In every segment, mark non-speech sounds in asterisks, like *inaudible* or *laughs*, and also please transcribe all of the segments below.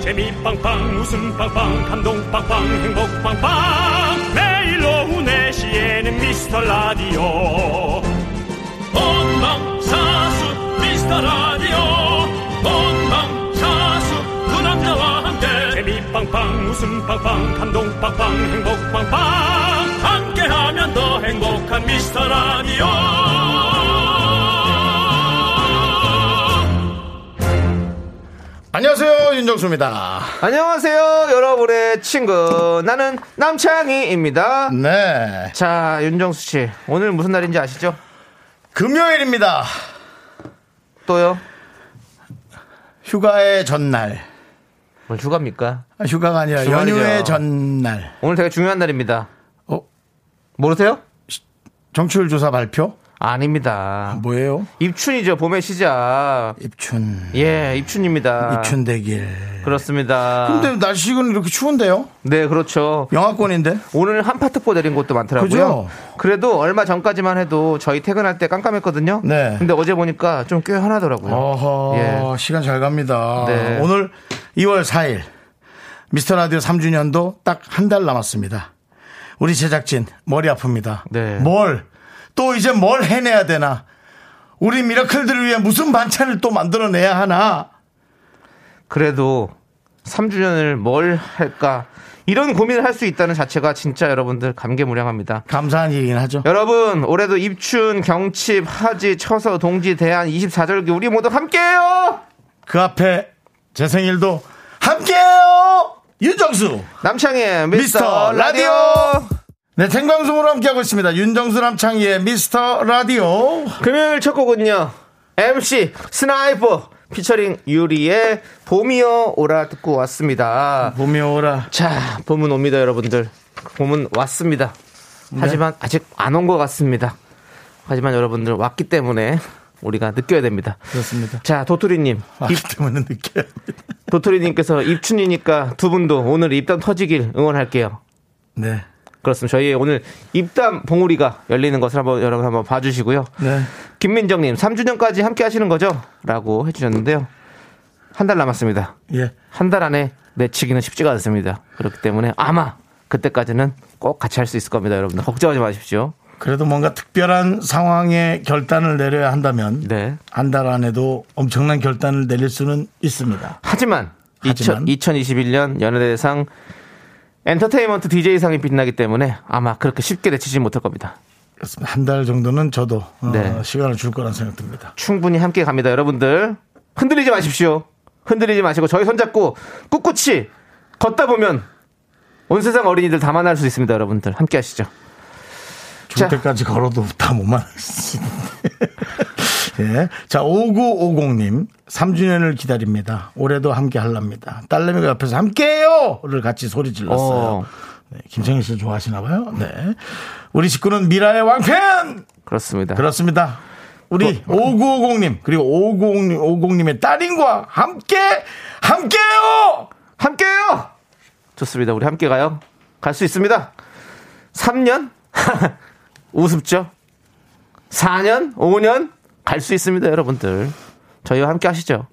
재미 빵빵 웃음 빵빵 감동 빵빵 행복 빵빵 매일 오후 4시에는 미스터 라디오 본방사수 미스터 라디오 본방사수 그 남자와 함께 재미 빵빵 웃음 빵빵 감동 빵빵 행복 빵빵 함께하면 더 행복한 미스터 라디오 안녕하세요 윤정수입니다. 안녕하세요, 여러분의 친구. 나는 남창희입니다. 네 자, 윤정수 씨. 오늘 무슨 날인지 아시죠? 금요일입니다. 또요? 휴가의 전날 오늘 휴가입니까? 아, 휴가가 아니라 주말이죠. 연휴의 전날 오늘 되게 중요한 날입니다. 어? 모르세요? 정치율 조사 발표 아닙니다. 뭐예요? 입춘이죠, 봄의 시작. 입춘 예, 입춘입니다. 입춘 대길. 그렇습니다. 근데 날씨는 이렇게 추운데요? 네, 그렇죠. 영하권인데 오늘 한파특보 내린 곳도 많더라고요. 그죠? 그래도 얼마 전까지만 해도 저희 퇴근할 때 깜깜했거든요. 네. 근데 어제 보니까 좀 꽤 환하더라고요. 어허 예. 시간 잘 갑니다. 네. 오늘 2월 4일 미스터 라디오 3주년도 딱 한 달 남았습니다. 우리 제작진 머리 아픕니다. 네. 뭘 또 이제 뭘 해내야 되나? 우리 미라클들을 위해 무슨 반찬을 또 만들어내야 하나? 그래도 3주년을 뭘 할까? 이런 고민을 할 수 있다는 자체가 진짜 여러분들 감개무량합니다. 감사한 일이긴 하죠. 여러분, 올해도 입춘, 경칩, 하지, 처서, 동지, 대한, 24절기 우리 모두 함께해요! 그 앞에 제 생일도 함께해요. 윤정수. 남창의 미스터 미스터 라디오! 라디오. 네, 생방송으로 함께하고 있습니다. 윤정수 남창희의 미스터 라디오. 금요일 첫 곡은요, MC 스나이퍼 피처링 유리의 봄이여 오라 듣고 왔습니다. 봄이 오라. 자, 봄은 옵니다, 여러분들. 봄은 왔습니다. 하지만 아직 안 온 것 같습니다. 하지만 여러분들 왔기 때문에 우리가 느껴야 됩니다. 그렇습니다. 자, 도토리님. 왔기 때문에 느껴요. 도토리님께서 *laughs* 입춘이니까 두 분도 오늘 입담 터지길 응원할게요. 네. 그렇습니다. 저희 오늘 입담 봉우리가 열리는 것을 한번 여러분 한번 봐주시고요. 네. 김민정님, 3주년까지 함께 하시는 거죠? 라고 해주셨는데요. 한 달 남았습니다. 예. 한 달 안에 내치기는 쉽지가 않습니다. 그렇기 때문에 아마 그때까지는 꼭 같이 할 수 있을 겁니다, 여러분들. 걱정하지 마십시오. 그래도 뭔가 특별한 상황에 결단을 내려야 한다면 네. 한 달 안에도 엄청난 결단을 내릴 수는 있습니다. 하지만, 하지만. 2021년 연예대상 엔터테인먼트 DJ상이 빛나기 때문에 아마 그렇게 쉽게 내치지 못할 겁니다. 그렇습니다. 한 달 정도는 저도 어, 네. 시간을 줄 거란 생각 듭니다. 충분히 함께 갑니다, 여러분들. 흔들리지 마십시오. 흔들리지 마시고 저희 손잡고 꿋꿋이 걷다 보면 온 세상 어린이들 다 만날 수 있습니다, 여러분들. 함께 하시죠. 줄 자. 때까지 걸어도 다 못 만날 수 있는데. *laughs* 예. 자, 5950님. 3주년을 기다립니다. 올해도 함께 할랍니다. 딸내미가 옆에서 함께해요! 를 같이 소리 질렀어요. 어. 네, 김창희 씨 좋아하시나 봐요. 네. 우리 식구는 미라의 왕팬! 그렇습니다. 그렇습니다. 우리 어. 5950님, 그리고 5950님, 50님의 딸인과 함께, 함께해요! 함께요. 좋습니다. 우리 함께 가요. 갈 수 있습니다. 3년? *laughs* 우습죠? 4년? 5년? 갈 수 있습니다, 여러분들. 저희와 함께 하시죠.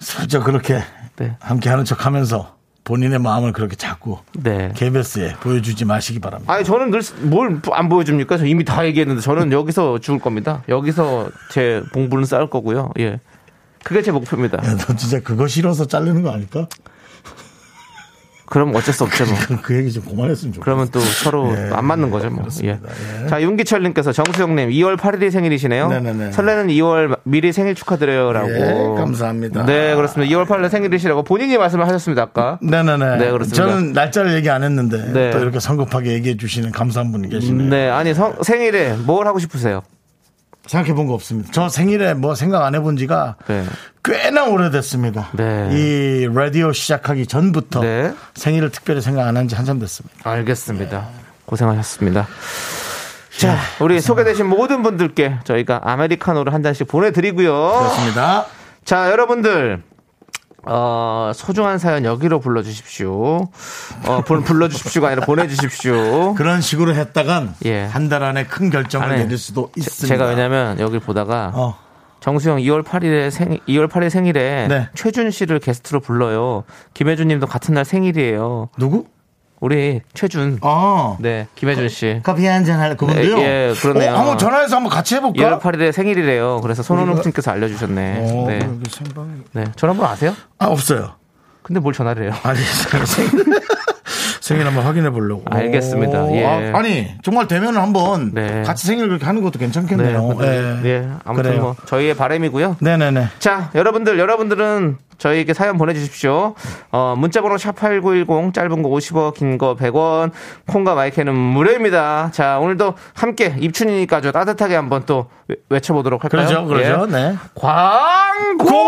슬쩍 그렇게 네. 함께 하는 척 하면서 본인의 마음을 그렇게 자꾸 네. KBS에 보여주지 마시기 바랍니다. 아니, 저는 늘 뭘 안 보여줍니까? 저 이미 다 얘기했는데 저는 여기서 죽을 겁니다. 여기서 제 봉부는 쌓을 거고요. 예. 그게 제 목표입니다. 야, 너 진짜 그거 싫어서 자르는 거 아닐까? 그럼 어쩔 수 없죠, 뭐. 그럼 그 얘기 좀 그만했으면 좋겠어. 그러면 또 *laughs* 서로 예, 안 맞는 거죠, 뭐. 예. 그렇습니다. 예. 자, 윤기철님께서 정수영님 2월 8일이 생일이시네요. 네네네. 설레는 2월 미리 생일 축하드려요라고. 예, 감사합니다. 네, 그렇습니다. 2월 8일 생일이시라고 본인이 말씀을 하셨습니다 아까. 네네네. 네, 그렇습니다. 저는 날짜를 얘기 안 했는데 네. 또 이렇게 성급하게 얘기해 주시는 감사한 분이 계시네요. 네, 아니 성- 생일에 뭘 하고 싶으세요? 생각해 본 거 없습니다. 저 생일에 뭐 생각 안 해본 지가 네. 꽤나 오래됐습니다. 네. 이 라디오 시작하기 전부터 네. 생일을 특별히 생각 안 한 지 한참 됐습니다. 알겠습니다. 고생하셨습니다. 자, 우리 소개되신 모든 분들께 저희가 아메리카노를 한 잔씩 보내드리고요. 그렇습니다. 자, 여러분들. 어, 소중한 사연 여기로 불러주십시오. 어, 불- 불러주십시오가 아니라 보내주십시오. 그런 식으로 했다간 예. 한 달 안에 큰 결정을 아니, 내릴 수도 제- 있습니다. 제가 왜냐면 여기 보다가 어. 정수영 2월 8일에 생 2월 8일 생일에 네. 최준 씨를 게스트로 불러요. 김혜준 님도 같은 날 생일이에요. 누구? 우리 최준. 아. 네. 김혜준 씨. 커피 한잔 할 그분데요. 예, 예, 그러네요. 예, 어, 한번 전화해서 한번 같이 해볼까? 2월 8일에 생일이래요. 그래서 손원웅 님께서 알려 주셨네. 어, 네. 그러게 생방. 네. 전화번호 아세요? 아 없어요. 근데 뭘 전화를 해요? 아니 *laughs* 생- 생일 생일 한번 확인해 보려고. 알겠습니다. 오, 예. 아, 니 정말 되면 한번 네. 같이 생일 그렇게 하는 것도 괜찮겠네요. 네. 예. 예, 아무튼 그래요. 뭐 저희의 바람이고요. 네네네. 자, 여러분들, 여러분들은 저희에게 사연 보내주십시오. 어, 문자번호 샵8910, 짧은 거 50원, 긴 거 100원, 콩과 마이크는 무료입니다. 자, 오늘도 함께 입춘이니까 아주 따뜻하게 한번 또 외- 외쳐보도록 할까요? 그러죠, 그러죠. 예. 네.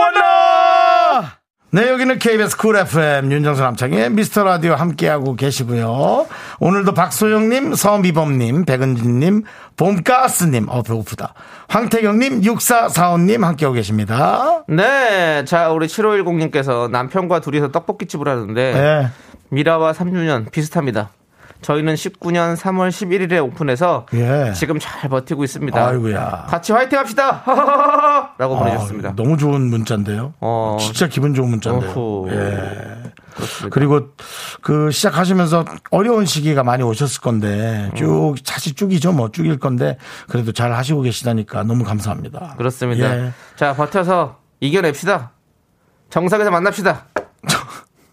광고원라! 네, 여기는 KBS 쿨 FM 윤정수 남창의 미스터 라디오 함께하고 계시고요. 오늘도 박소영님, 서미범님, 백은진님, 봄가스님, 어, 배고프다. 황태경님, 6445님 함께하고 계십니다. 네, 자, 우리 7510님께서 남편과 둘이서 떡볶이집을 하는데, 네. 미라와 3주년 비슷합니다. 저희는 19년 3월 11일에 오픈해서 예. 지금 잘 버티고 있습니다. 아이고야. 같이 화이팅 합시다! *laughs* 라고 보내셨습니다. 아, 너무 좋은 문자인데요. 어. 진짜 기분 좋은 문자인데요. 어후. 예. 그렇습니다. 그리고 그 시작하시면서 어려운 시기가 많이 오셨을 음. 건데 쭉 사실 쭉이죠 뭐 쭉일 건데 그래도 잘 하시고 계시다니까 너무 감사합니다. 그렇습니다. 예. 자, 버텨서 이겨냅시다. 정상에서 만납시다.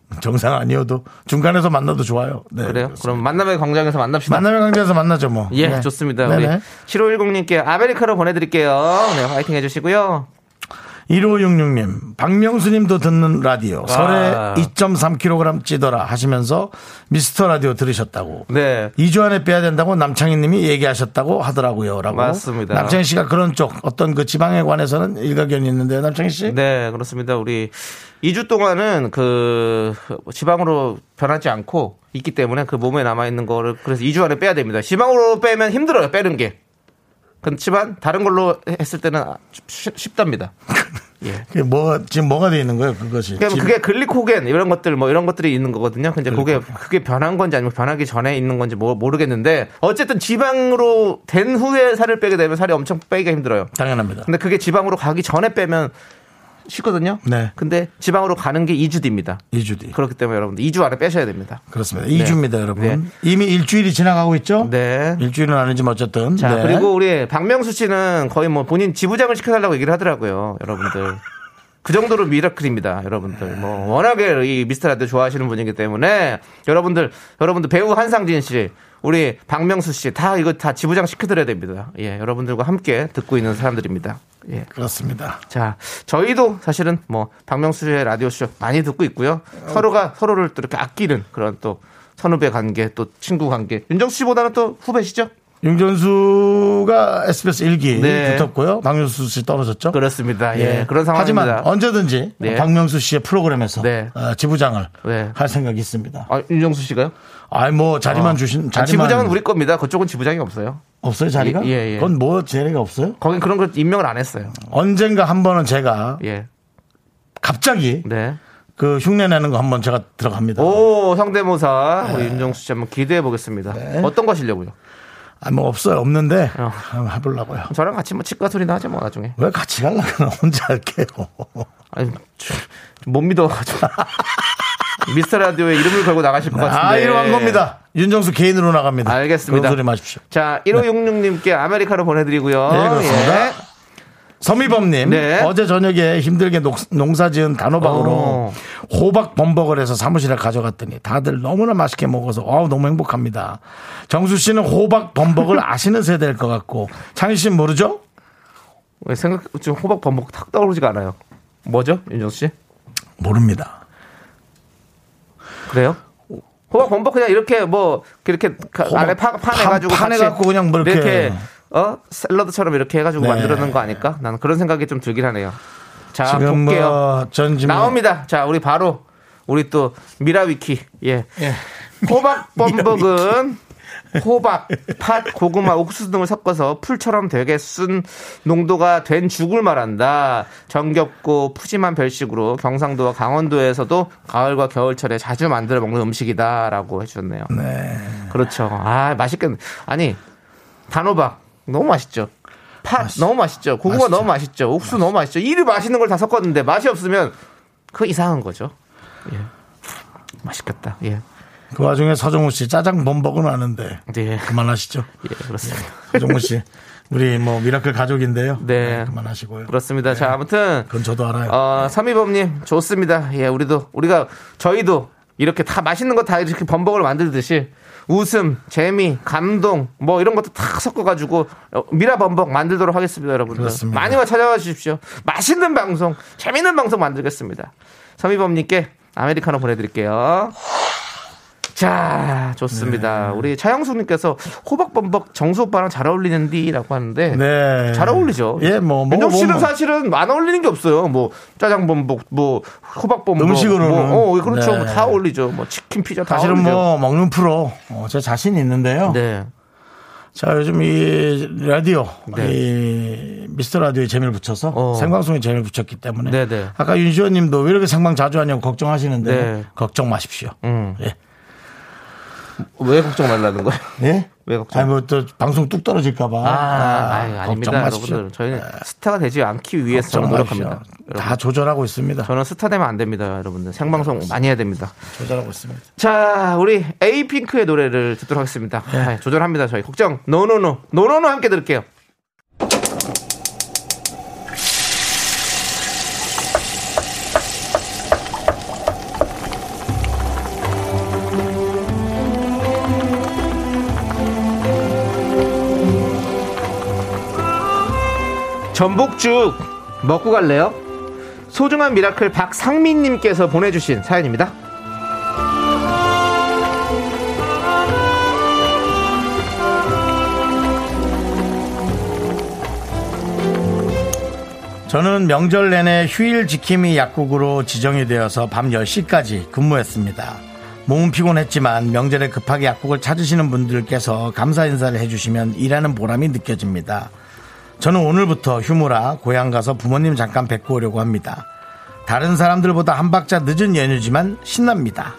네, 정상 아니어도 중간에서 만나도 좋아요. 네. 그래요? 그렇습니다. 그럼 만남의 광장에서 만납시다. 만나면 강제에서 만나죠 뭐. 예, 네. 좋습니다. 네네. 우리 7510님께 아메리카로 보내드릴게요. 네, 화이팅 해주시고요. 1566님, 박명수님도 듣는 라디오 아. 설에 2.3kg 찌더라 하시면서 미스터 라디오 들으셨다고. 네. 2주 안에 빼야 된다고 남창희님이 얘기하셨다고 하더라고요.라고. 맞습니다. 남창희 씨가 그런 쪽 어떤 그 지방에 관해서는 일가견이 있는데요, 남창희 씨. 네, 그렇습니다. 우리 2주 동안은 그 지방으로 변하지 않고 있기 때문에 그 몸에 남아있는 거를 그래서 2주 안에 빼야 됩니다. 지방으로 빼면 힘들어요, 빼는 게. 그렇지만 다른 걸로 했을 때는 아- 쉽- 쉽답니다. 그게 뭐 지금 뭐가 돼 있는 거예요, 그것이. 그러니까 지금 그게 글리코겐 이런 것들 뭐 이런 것들이 있는 거거든요. 근데 그게 그게 변한 건지 아니면 변하기 전에 있는 건지 모- 모르겠는데 어쨌든 지방으로 된 후에 살을 빼게 되면 살이 엄청 빼기가 힘들어요. 당연합니다. 근데 그게 지방으로 가기 전에 빼면 쉽거든요. 네. 근데 지방으로 가는 게 2주 뒤입니다. 2주 뒤. 그렇기 때문에 여러분들 2주 안에 빼셔야 됩니다. 그렇습니다. 2주입니다, 여러분. 네. 이미 일주일이 지나가고 있죠? 네. 일주일은 아니지만 어쨌든. 자, 네. 그리고 우리 박명수 씨는 거의 뭐 본인 지부장을 시켜달라고 얘기를 하더라고요, 여러분들. 그 정도로 미라클입니다, 여러분들. 뭐 워낙에 이 미스터라디오 좋아하시는 분이기 때문에 여러분들, 여러분들 배우 한상진 씨, 우리 박명수 씨 다 이거 다 지부장 시켜드려야 됩니다. 예, 여러분들과 함께 듣고 있는 사람들입니다. 예. 그렇습니다. 자, 저희도 사실은 뭐 박명수의 라디오 쇼 많이 듣고 있고요. 서로가 서로를 또 이렇게 아끼는 그런 또 선후배 관계, 또 친구 관계. 윤정수 씨보다는 또 후배시죠? 윤전수가 SBS 일기 네. 붙었고요. 박명수 씨 떨어졌죠? 네. 그렇습니다. 예, 그런 상황입니다. 하지만 어, 언제든지 네. 박명수 씨의 프로그램에서 네. 어, 지부장을 네. 할 생각이 있습니다. 아, 윤정수 씨가요? 아이 뭐 자리만 어. 주신 아, 자리만 지부장은 우리 겁니다. 그쪽은 지부장이 없어요. 없어요 자리가? 예, 예, 예. 그건 뭐 자리가 없어요? 거긴 그런 걸 임명을 안 했어요. 언젠가 한 번은 제가 예. 갑자기 네. 그 흉내 내는 거 한 번 제가 들어갑니다. 오, 성대모사. 우리 네. 윤정수 씨 한번 기대해 보겠습니다. 어떤 거 하시려고요? 아 뭐 없어요 없는데 어. 한번 해보려고요. 저랑 같이 뭐 치과 소리나 하자 뭐 나중에. 왜 같이 갈라 그나 *laughs* 혼자 할게요. 아니, 저- 못 믿어가지고. *laughs* 미스터 라디오에 이름을 걸고 나가실 것 같은데. 아 이러한 겁니다. 윤정수 개인으로 나갑니다. 알겠습니다. 그런 소리 마십시오. 자, 1566님께 아메리카노 보내드리고요. 예. 네, 그렇습니다. 서미범님 네. 어제 저녁에 힘들게 녹- 농사지은 단호박으로 어. 호박 범벅을 해서 사무실에 가져갔더니 다들 너무나 맛있게 먹어서 와우 너무 행복합니다. 정수 씨는 호박 *laughs* 범벅을 아시는 세대일 것 같고 창희 씨는 모르죠? 왜 생각, 지금 호박 범벅 탁 떠오르지가 않아요. 뭐죠, 윤정수 씨? 모릅니다. 그래요? 호박 범벅 그냥 이렇게 뭐 이렇게 가- 호박 안에 파, 판- 파내가지고 파내갖고 그냥 뭐 이렇게. 어 샐러드처럼 이렇게 해가지고 네. 만들어 놓은 거 아닐까? 나는 그런 생각이 좀 들긴 하네요. 자 아, 지금 볼게요. 뭐전 지금 나옵니다. 자 우리 바로 우리 또 미라위키 예 예. 호박 범벅은 호박, 팥, 고구마, 옥수수 등을 섞어서 풀처럼 되게 쓴 농도가 된 죽을 말한다. 정겹고 푸짐한 별식으로 경상도와 강원도에서도 가을과 겨울철에 자주 만들어 먹는 음식이다라고 해주셨네요. 그렇죠. 아 맛있겠. 아니 단호박 너무 맛있죠. 팥 너무 맛있죠. 고구마 맛있죠. 너무 맛있죠. 옥수 너무 맛있죠. 이리 맛있는 걸 다 섞었는데 맛이 없으면 그 이상한 거죠. 예. 맛있겠다. 예. 그 와중에 서정우 씨 짜장 범벅은 아는데 네. 그만하시죠. 예, 그렇습니다. 서정우 씨 우리 뭐 미라클 가족인데요. 네. 그만하시고요. 그렇습니다. 자, 아무튼 그건 저도 알아요. 어, 삼이범님 좋습니다. 예, 우리도 우리가 저희도 이렇게 다 맛있는 거 다 이렇게 범벅을 만들듯이 웃음, 재미, 감동 뭐 이런 것도 다 섞어가지고 어, 미라 범벅 만들도록 하겠습니다, 여러분들. 그렇습니다. 많이 와 찾아와 주십시오. 맛있는 방송, 재밌는 방송 만들겠습니다. 삼이범님께 아메리카노 보내드릴게요. 자, 좋습니다. 네. 우리 차영숙님께서 호박범벅 정수 오빠랑 잘 어울리는디라고 하는데 네. 잘 어울리죠. 예, 뭐 윤정 씨는 먹어보면 사실은 안 어울리는 게 없어요. 뭐 짜장 범벅, 뭐 호박 범벅, 음식으로는. 뭐, 어, 그렇죠. 네. 뭐다 어울리죠. 뭐 치킨 피자 다 사실은 어울리죠. 뭐 먹는 프로 어, 제 자신 있는데요. 네, 자 요즘 이 라디오 네. 이 미스터 라디오에 재미를 붙여서 어. 생방송에 재미를 붙였기 때문에 네, 네. 아까 윤시원님도 왜 이렇게 생방 자주 하냐고 걱정하시는데 네. 걱정 마십시오. 음. 예. 왜 걱정 말라는 거예요? 예? 왜 걱정? 아니 뭐 또 방송 뚝 떨어질까봐 아, 아, 유 아닙니다, 마십시오. 네. 여러분들. 저희는 스타가 되지 않기 위해서 걱정 마십시오. 노력합니다. 다 여러분. 조절하고 있습니다. 저는 스타 되면 안 됩니다, 여러분들. 생방송 네. 많이 해야 됩니다. 조절하고 있습니다. 자, 우리 에이핑크의 노래를 듣도록 하겠습니다. 아, 조절합니다, 저희. 걱정. 노노노. 노노노 함께 들을게요. 전복죽 먹고 갈래요? 소중한 미라클 박상민님께서 보내주신 사연입니다. 저는 명절 내내 휴일 지킴이 약국으로 지정이 되어서 밤 10시까지 근무했습니다. 몸은 피곤했지만 명절에 급하게 약국을 찾으시는 분들께서 감사 인사를 해주시면 일하는 보람이 느껴집니다. 저는 오늘부터 휴무라 고향 가서 부모님 잠깐 뵙고 오려고 합니다. 다른 사람들보다 한 박자 늦은 연휴지만 신납니다.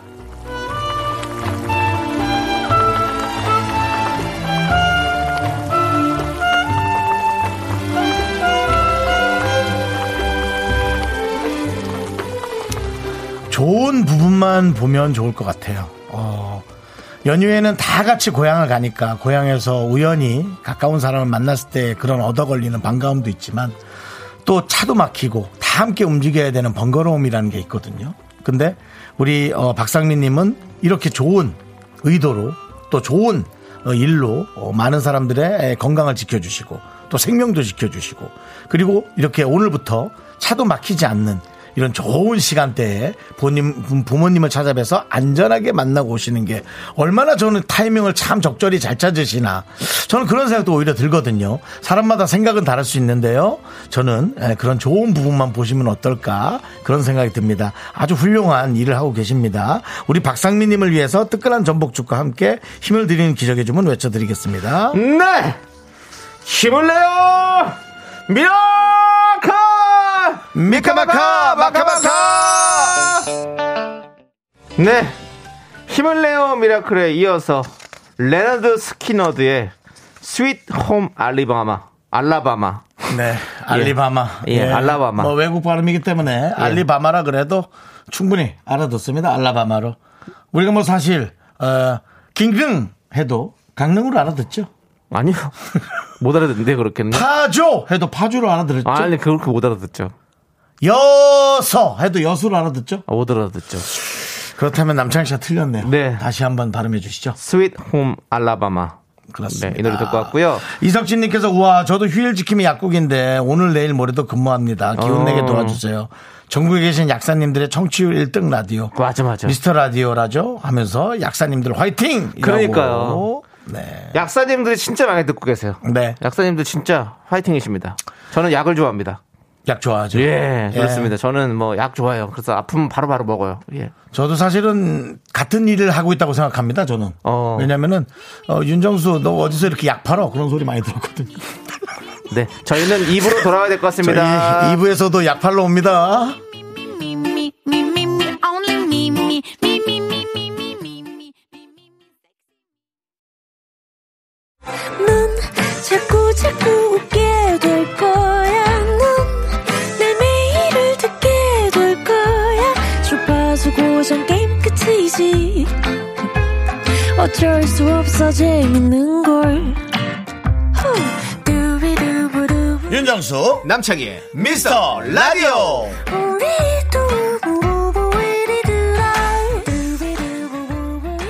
좋은 부분만 보면 좋을 것 같아요. 어, 연휴에는 다 같이 고향을 가니까 고향에서 우연히 가까운 사람을 만났을 때 그런 얻어 걸리는 반가움도 있지만 또 차도 막히고 다 함께 움직여야 되는 번거로움이라는 게 있거든요. 근데 우리 어, 박상민님은 이렇게 좋은 의도로 또 좋은 어, 일로 어, 많은 사람들의 건강을 지켜주시고 또 생명도 지켜주시고 그리고 이렇게 오늘부터 차도 막히지 않는 이런 좋은 시간대에 본인 부모님을 찾아뵈서 안전하게 만나고 오시는 게 얼마나 저는 타이밍을 참 적절히 잘 찾으시나 저는 그런 생각도 오히려 들거든요. 사람마다 생각은 다를 수 있는데요. 저는 에, 그런 좋은 부분만 보시면 어떨까 그런 생각이 듭니다. 아주 훌륭한 일을 하고 계십니다. 우리 박상민님을 위해서 뜨끈한 전복죽과 함께 힘을 드리는 기적의 주문 외쳐드리겠습니다. 네! 힘을 내요! 미라클! 미카마카 마카마카 네. 힘을 내요 미라클에 이어서 레나드 스키너드의 스윗 홈 알리바마 알라바마 네, 알리바마. 예, 알라바마. 예. 뭐 외국 발음이기 때문에 알리바마라 그래도 충분히 알아듣습니다. 알라바마로. 우리가 뭐 사실 어, 긴근 해도 강릉으로 알아듣죠. 아니요 못 알아듣는데 그렇겠네 파조 해도 파주로 알아들었죠. 아니 그렇게 못 알아듣죠 여서 해도 여수로 알아듣죠. 아, 못 알아듣죠 그렇다면 남창 씨가 틀렸네요. 네. 다시 한번 발음해 주시죠. 스윗 홈 알라바마 그렇습니다. 네, 이 노래 듣고 왔고요 이석진님께서 우와 저도 휴일 지킴이 약국인데 오늘 내일 모레도 근무합니다. 기운 내게 어. 도와주세요. 전국에 계신 약사님들의 청취율 1등 라디오. 맞아 맞아 미스터 라디오라죠 하면서 약사님들 화이팅! 이라고. 그러니까요. 네. 약사님들이 진짜 많이 듣고 계세요 네. 약사님들 진짜 화이팅이십니다 저는 약을 좋아합니다 약 좋아하죠. 예, 예. 그렇습니다. 저는 뭐 약 좋아해요. 그래서 아프면 바로바로 먹어요. 예. 저도 사실은 같은 일을 하고 있다고 생각합니다, 저는. 어. 왜냐면은, 어, 윤정수, 너 어디서 이렇게 약 팔어? 그런 소리 많이 들었거든요. 네. 저희는 입으로 돌아와야 될 것 저희 같습니다. 2부에서도 약 팔러 옵니다. me, me, me, me, me, only me, me, me, me, me, me, me, me, me, me, me. 넌 자꾸 자꾸 웃게 돼. 어쩔 수 없어 재밌는 걸 후. 두비두부두. 윤정수 남창희의 미스터 라디오 우리 두부부부 우리들아. 두비두부부부 우리들아.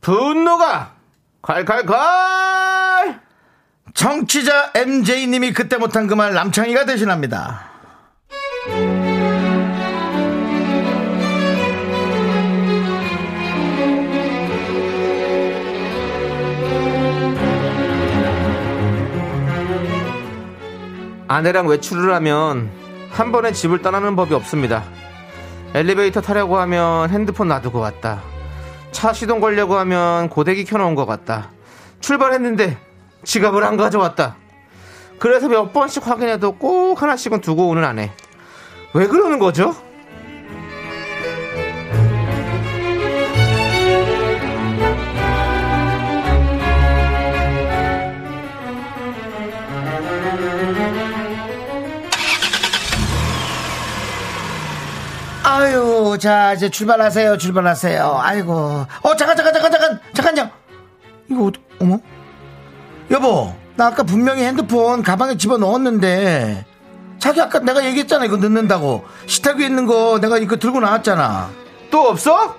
분노가 콸콸콸 청취자 MJ님이 그때 못한 그 말 남창희가 대신합니다. 아내랑 외출을 하면 한 번에 집을 떠나는 법이 없습니다. 엘리베이터 타려고 하면 핸드폰 놔두고 왔다. 차 시동 걸려고 하면 고데기 켜놓은 것 같다. 출발했는데 지갑을 안 가져왔다. 그래서 몇 번씩 확인해도 꼭 하나씩은 두고 오는 아내. 왜 그러는 거죠? 아유, 자, 이제 출발하세요, 출발하세요. 아이고. 어, 잠깐, 잠깐, 잠깐, 잠깐, 잠깐요. 이거, 어디, 어머? 여보, 나 아까 분명히 핸드폰 가방에 집어 넣었는데, 자기 아까 내가 얘기했잖아, 이거 넣는다고. 식탁 위에 있는 거 내가 이거 들고 나왔잖아. 또 없어?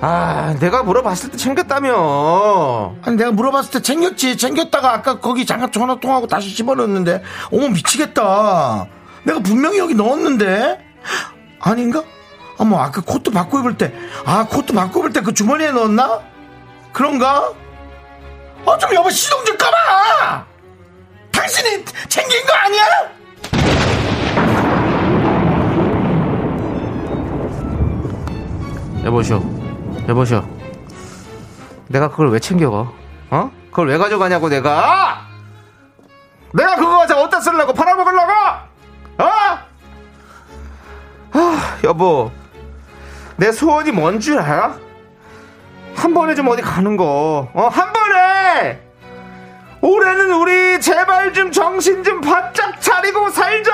아, 내가 물어봤을 때 챙겼다며. 아니, 내가 물어봤을 때 챙겼지. 챙겼다가 아까 거기 잠깐 전화 통하고 다시 집어넣었는데, 어머, 미치겠다. 내가 분명히 여기 넣었는데? 아닌가? 어머, 아까 그 코트 바꿔 입을 때, 아, 코트 바꿔 입을 때 그 주머니에 넣었나? 그런가? 어, 좀 여보, 시동 좀 꺼봐! 당신이 챙긴 거 아니야? 여보쇼, 여보쇼. 내가 그걸 왜 챙겨가? 어? 그걸 왜 가져가냐고 내가? 내가 그거 가져 어디다 쓰려고 팔아먹으려고? 어? 아, 여보, 내 소원이 뭔 줄 알아? 한 번에 좀 어디 가는 거, 어, 한 번에. 올해는 우리 제발 좀 정신 좀 바짝 차리고 살자.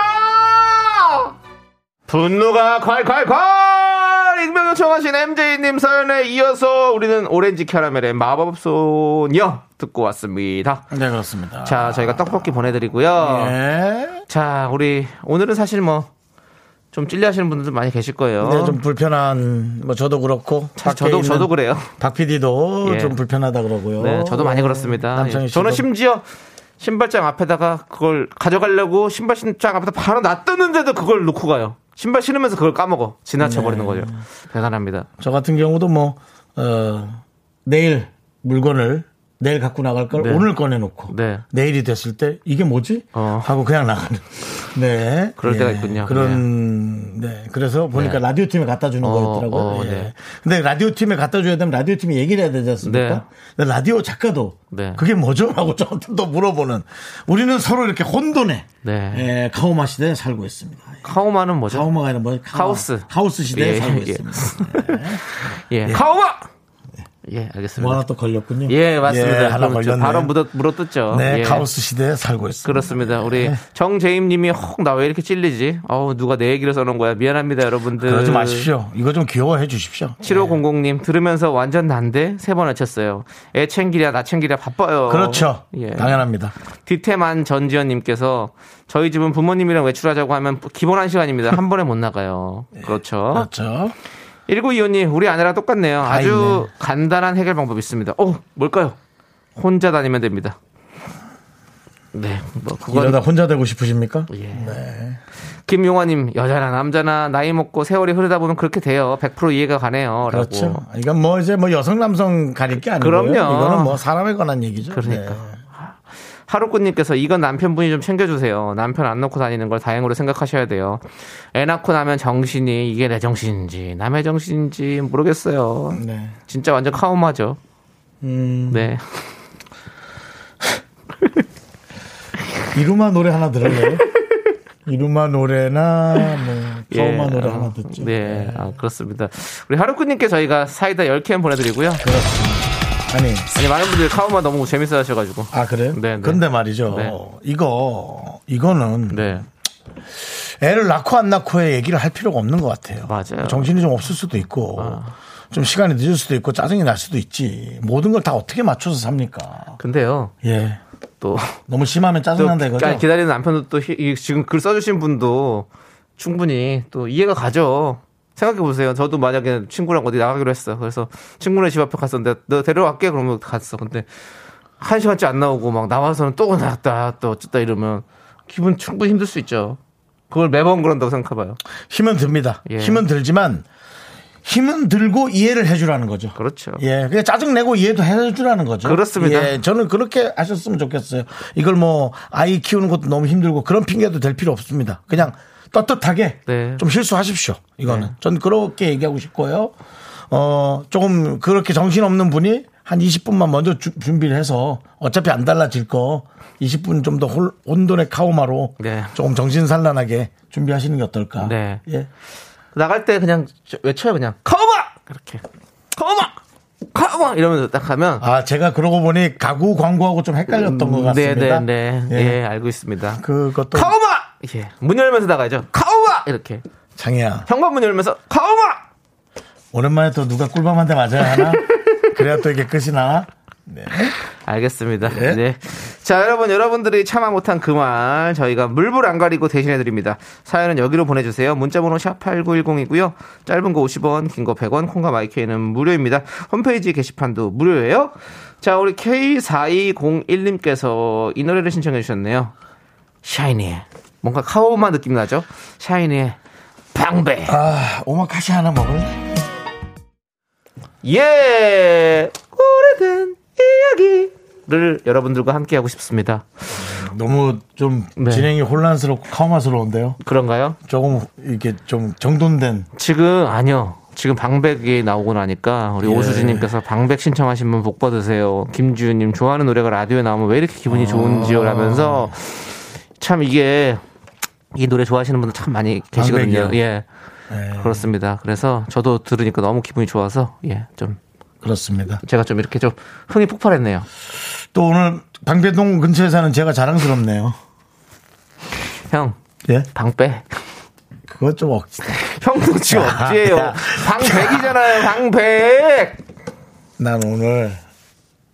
분노가 콸콸콸! 익명 요청하신 MJ님 사연에 이어서 우리는 오렌지 캐러멜의 마법소녀 듣고 왔습니다. 네, 그렇습니다. 자, 저희가 떡볶이 보내드리고요. 네. 자, 우리 오늘은 사실 뭐 좀 찔려하시는 분들도 많이 계실 거예요. 네, 좀 불편한, 뭐, 저도 그렇고. 사실 밖에 저도, 있는 저도 그래요. 박 PD도 예. 좀 불편하다 그러고요. 네, 저도 많이 그렇습니다. 남창희 예. 씨. 저는 심지어 신발장 앞에다가 그걸 가져가려고 신발 신장 앞에다 바로 놔뒀는데도 그걸 놓고 가요. 신발 신으면서 그걸 까먹어. 네. 지나쳐버리는 거죠. 대단합니다. 저 같은 경우도 뭐, 어, 내일 물건을 내일 갖고 나갈 걸 네. 오늘 꺼내놓고 네. 내일이 됐을 때 이게 뭐지? 어. 하고 그냥 *laughs* 나가는. 네. 그럴 예. 때가 있군요. 그런, 네. 그래서 보니까 네. 라디오 팀에 갖다 주는 어, 거였더라고요. 어, 예. 네. 근데 라디오 팀에 갖다 줘야 되면 라디오 팀이 얘기를 해야 되지 않습니까? 네. 근데 라디오 작가도 네. 그게 뭐죠? *laughs* 하고 저한테 또 물어보는 우리는 서로 이렇게 혼돈에 네. 예, 카오마 시대에 살고 있습니다. 예. 카오마는 뭐죠? 카오마가 아니라 뭐 카오스. 카오스 시대에 예, 살고 예. 있습니다. 예. 카오마! 예, 알겠습니다. 뭐 하나 또 걸렸군요. 예, 맞습니다. 예, 하나 그럼 걸렸네. 바로 물어, 물어뜯죠. 네, 예. 카오스 네. 시대에 살고 있습니다. 그렇습니다. 우리 정재임 님이 헉, 나 왜 이렇게 찔리지? 어우, 누가 내 얘기를 써놓은 거야. 미안합니다, 여러분들. 그러지 마십시오. 이거 좀 귀여워해 주십시오. 7500님, 들으면서 완전 난데? 세 번 외쳤어요. 애 챙기랴, 나 챙기랴, 바빠요. 그렇죠. 예. 당연합니다. 디테만 전지현님께서 저희 집은 부모님이랑 외출하자고 하면 기본 한 시간입니다. 한 번에 못 나가요. 예. 그렇죠. 그렇죠. 1925님, 우리 아내랑 똑같네요. 아주 간단한 해결 방법이 있습니다. 어, 뭘까요? 혼자 다니면 됩니다. 네, 뭐, 그건. 이러다 혼자 되고 싶으십니까? 예. 네. 김용화님, 여자나 남자나 나이 먹고 세월이 흐르다 보면 그렇게 돼요. 100% 이해가 가네요. 라고. 그렇죠. 이건 뭐 이제 뭐 여성 남성 가릴 게 아니고요. 그럼요. 이거는 뭐 사람에 관한 얘기죠. 그러니까. 네. 하루꾼님께서 이건 남편분이 좀 챙겨주세요. 남편 안 놓고 다니는 걸 다행으로 생각하셔야 돼요. 애 낳고 나면 정신이 이게 내 정신인지 남의 정신인지 모르겠어요. 네. 음, 진짜 완전 카오마죠. 네. 이루마 노래 하나 *laughs* 들을래요? 이루마 노래나 뭐 서우마 노래 어, 하나 듣죠. 네. 아, 그렇습니다. 우리 하루꾼님께 저희가 사이다 10캔 보내드리고요. 아니, 아니 많은 분들이 카우마 너무 재밌어 하셔가지고 아, 그래요? 네, 네. 근데 말이죠. 네. 이거, 이거는 네 애를 낳고 안 낳고의 얘기를 할 필요가 없는 것 같아요. 맞아요. 아. 정신이 좀 없을 수도 있고, 좀 시간이 늦을 수도 있고, 짜증이 날 수도 있지. 모든 걸 다 어떻게 맞춰서 삽니까? 근데요 예. *laughs* 또 너무 심하면 또 짜증난다 이거죠? 아니, 그- 기다리는 남편도 또 희- 이 지금 글 써주신 분도 충분히 또 이해가 가죠. 생각해 보세요. 저도 만약에 친구랑 어디 나가기로 했어. 그래서 친구네 집 앞에 갔었는데 너 데려갈게 그러면 갔어. 근데 한 시간째 안 나오고 막 나와서는 또 나왔다 또 어쨌다 이러면 기분 충분히 힘들 수 있죠. 그걸 매번 그런다고 생각해봐요. 힘은 듭니다. 예. 힘은 들지만, 힘은 들고 이해를 해주라는 거죠. 그렇죠. 예, 그냥 짜증 내고 이해도 해주라는 거죠. 그렇습니다. 예, 저는 그렇게 하셨으면 좋겠어요. 이걸 뭐 아이 키우는 것도 너무 힘들고 그런 핑계도 될 필요 없습니다. 그냥 떳떳하게 네. 좀 실수하십시오. 이거는 네. 전 그렇게 얘기하고 싶고요. 어, 조금 그렇게 정신 없는 분이 한 20분만 먼저 주- 준비를 해서 어차피 안 달라질 거 20분 좀 더 온돈의 카오마로 네. 조금 정신 산란하게 준비하시는 게 어떨까? 네. 예. 나갈 때 그냥 저- 외쳐요 그냥 커버 이렇게 커버 커버 이러면서 딱 가면 아, 제가 그러고 보니 가구 광고하고 좀 헷갈렸던 것 같습니다. 음, 네네네 예. 예 알고 있습니다. 그것도 카오마! 예. 문 열면서 나가죠. 카오마! 이렇게. 장애야. 현관 문 열면서 카오마! 오랜만에 또 누가 꿀밤한테 맞아야 *laughs* 하나? 그래야 또 이게 끝이 나나? 네. 알겠습니다. 예. 네. 자, 여러분, 여러분들이 참아 못한 그 말 저희가 물불 안 가리고 대신해드립니다. 사연은 여기로 보내주세요. 문자번호 샵8910이고요. 짧은 거 50원, 긴 거 100원, 콩과 마이크에는 무료입니다. 홈페이지 게시판도 무료예요. 자, 우리 K4201님께서 이 노래를 신청해주셨네요. 샤이니의. 뭔가 카오마 느낌 나죠? 샤이니의 방배. 아, 오마카시 하나 먹을래? 예! 오래된 이야기를 여러분들과 함께하고 싶습니다. 너무 좀 네. 진행이 혼란스럽고 카마스러운데요. 그런가요? 조금 이렇게 좀 정돈된 지금, 아니요. 지금 방백이 나오고 나니까 우리 예. 오수진님께서 방백 신청하신 분 복 받으세요. 김지윤님 좋아하는 노래가 라디오에 나오면 왜 이렇게 아. 기분이 좋은지요? 라면서 참 이게 이 노래 좋아하시는 분들 참 많이 계시거든요. 방백이요? 네. 예. 그렇습니다. 그래서 저도 들으니까 너무 기분이 좋아서 예. 좀 그렇습니다. 제가 좀 이렇게 좀 흥이 폭발했네요. 또 오늘 방배동 근처에 사는 제가 자랑스럽네요. 형, 예, 방백. *laughs* 그거 좀 억지다. 형도 *laughs* 뭐 지금 야, 억지예요. 야. 방백이잖아요. 방백. 난 오늘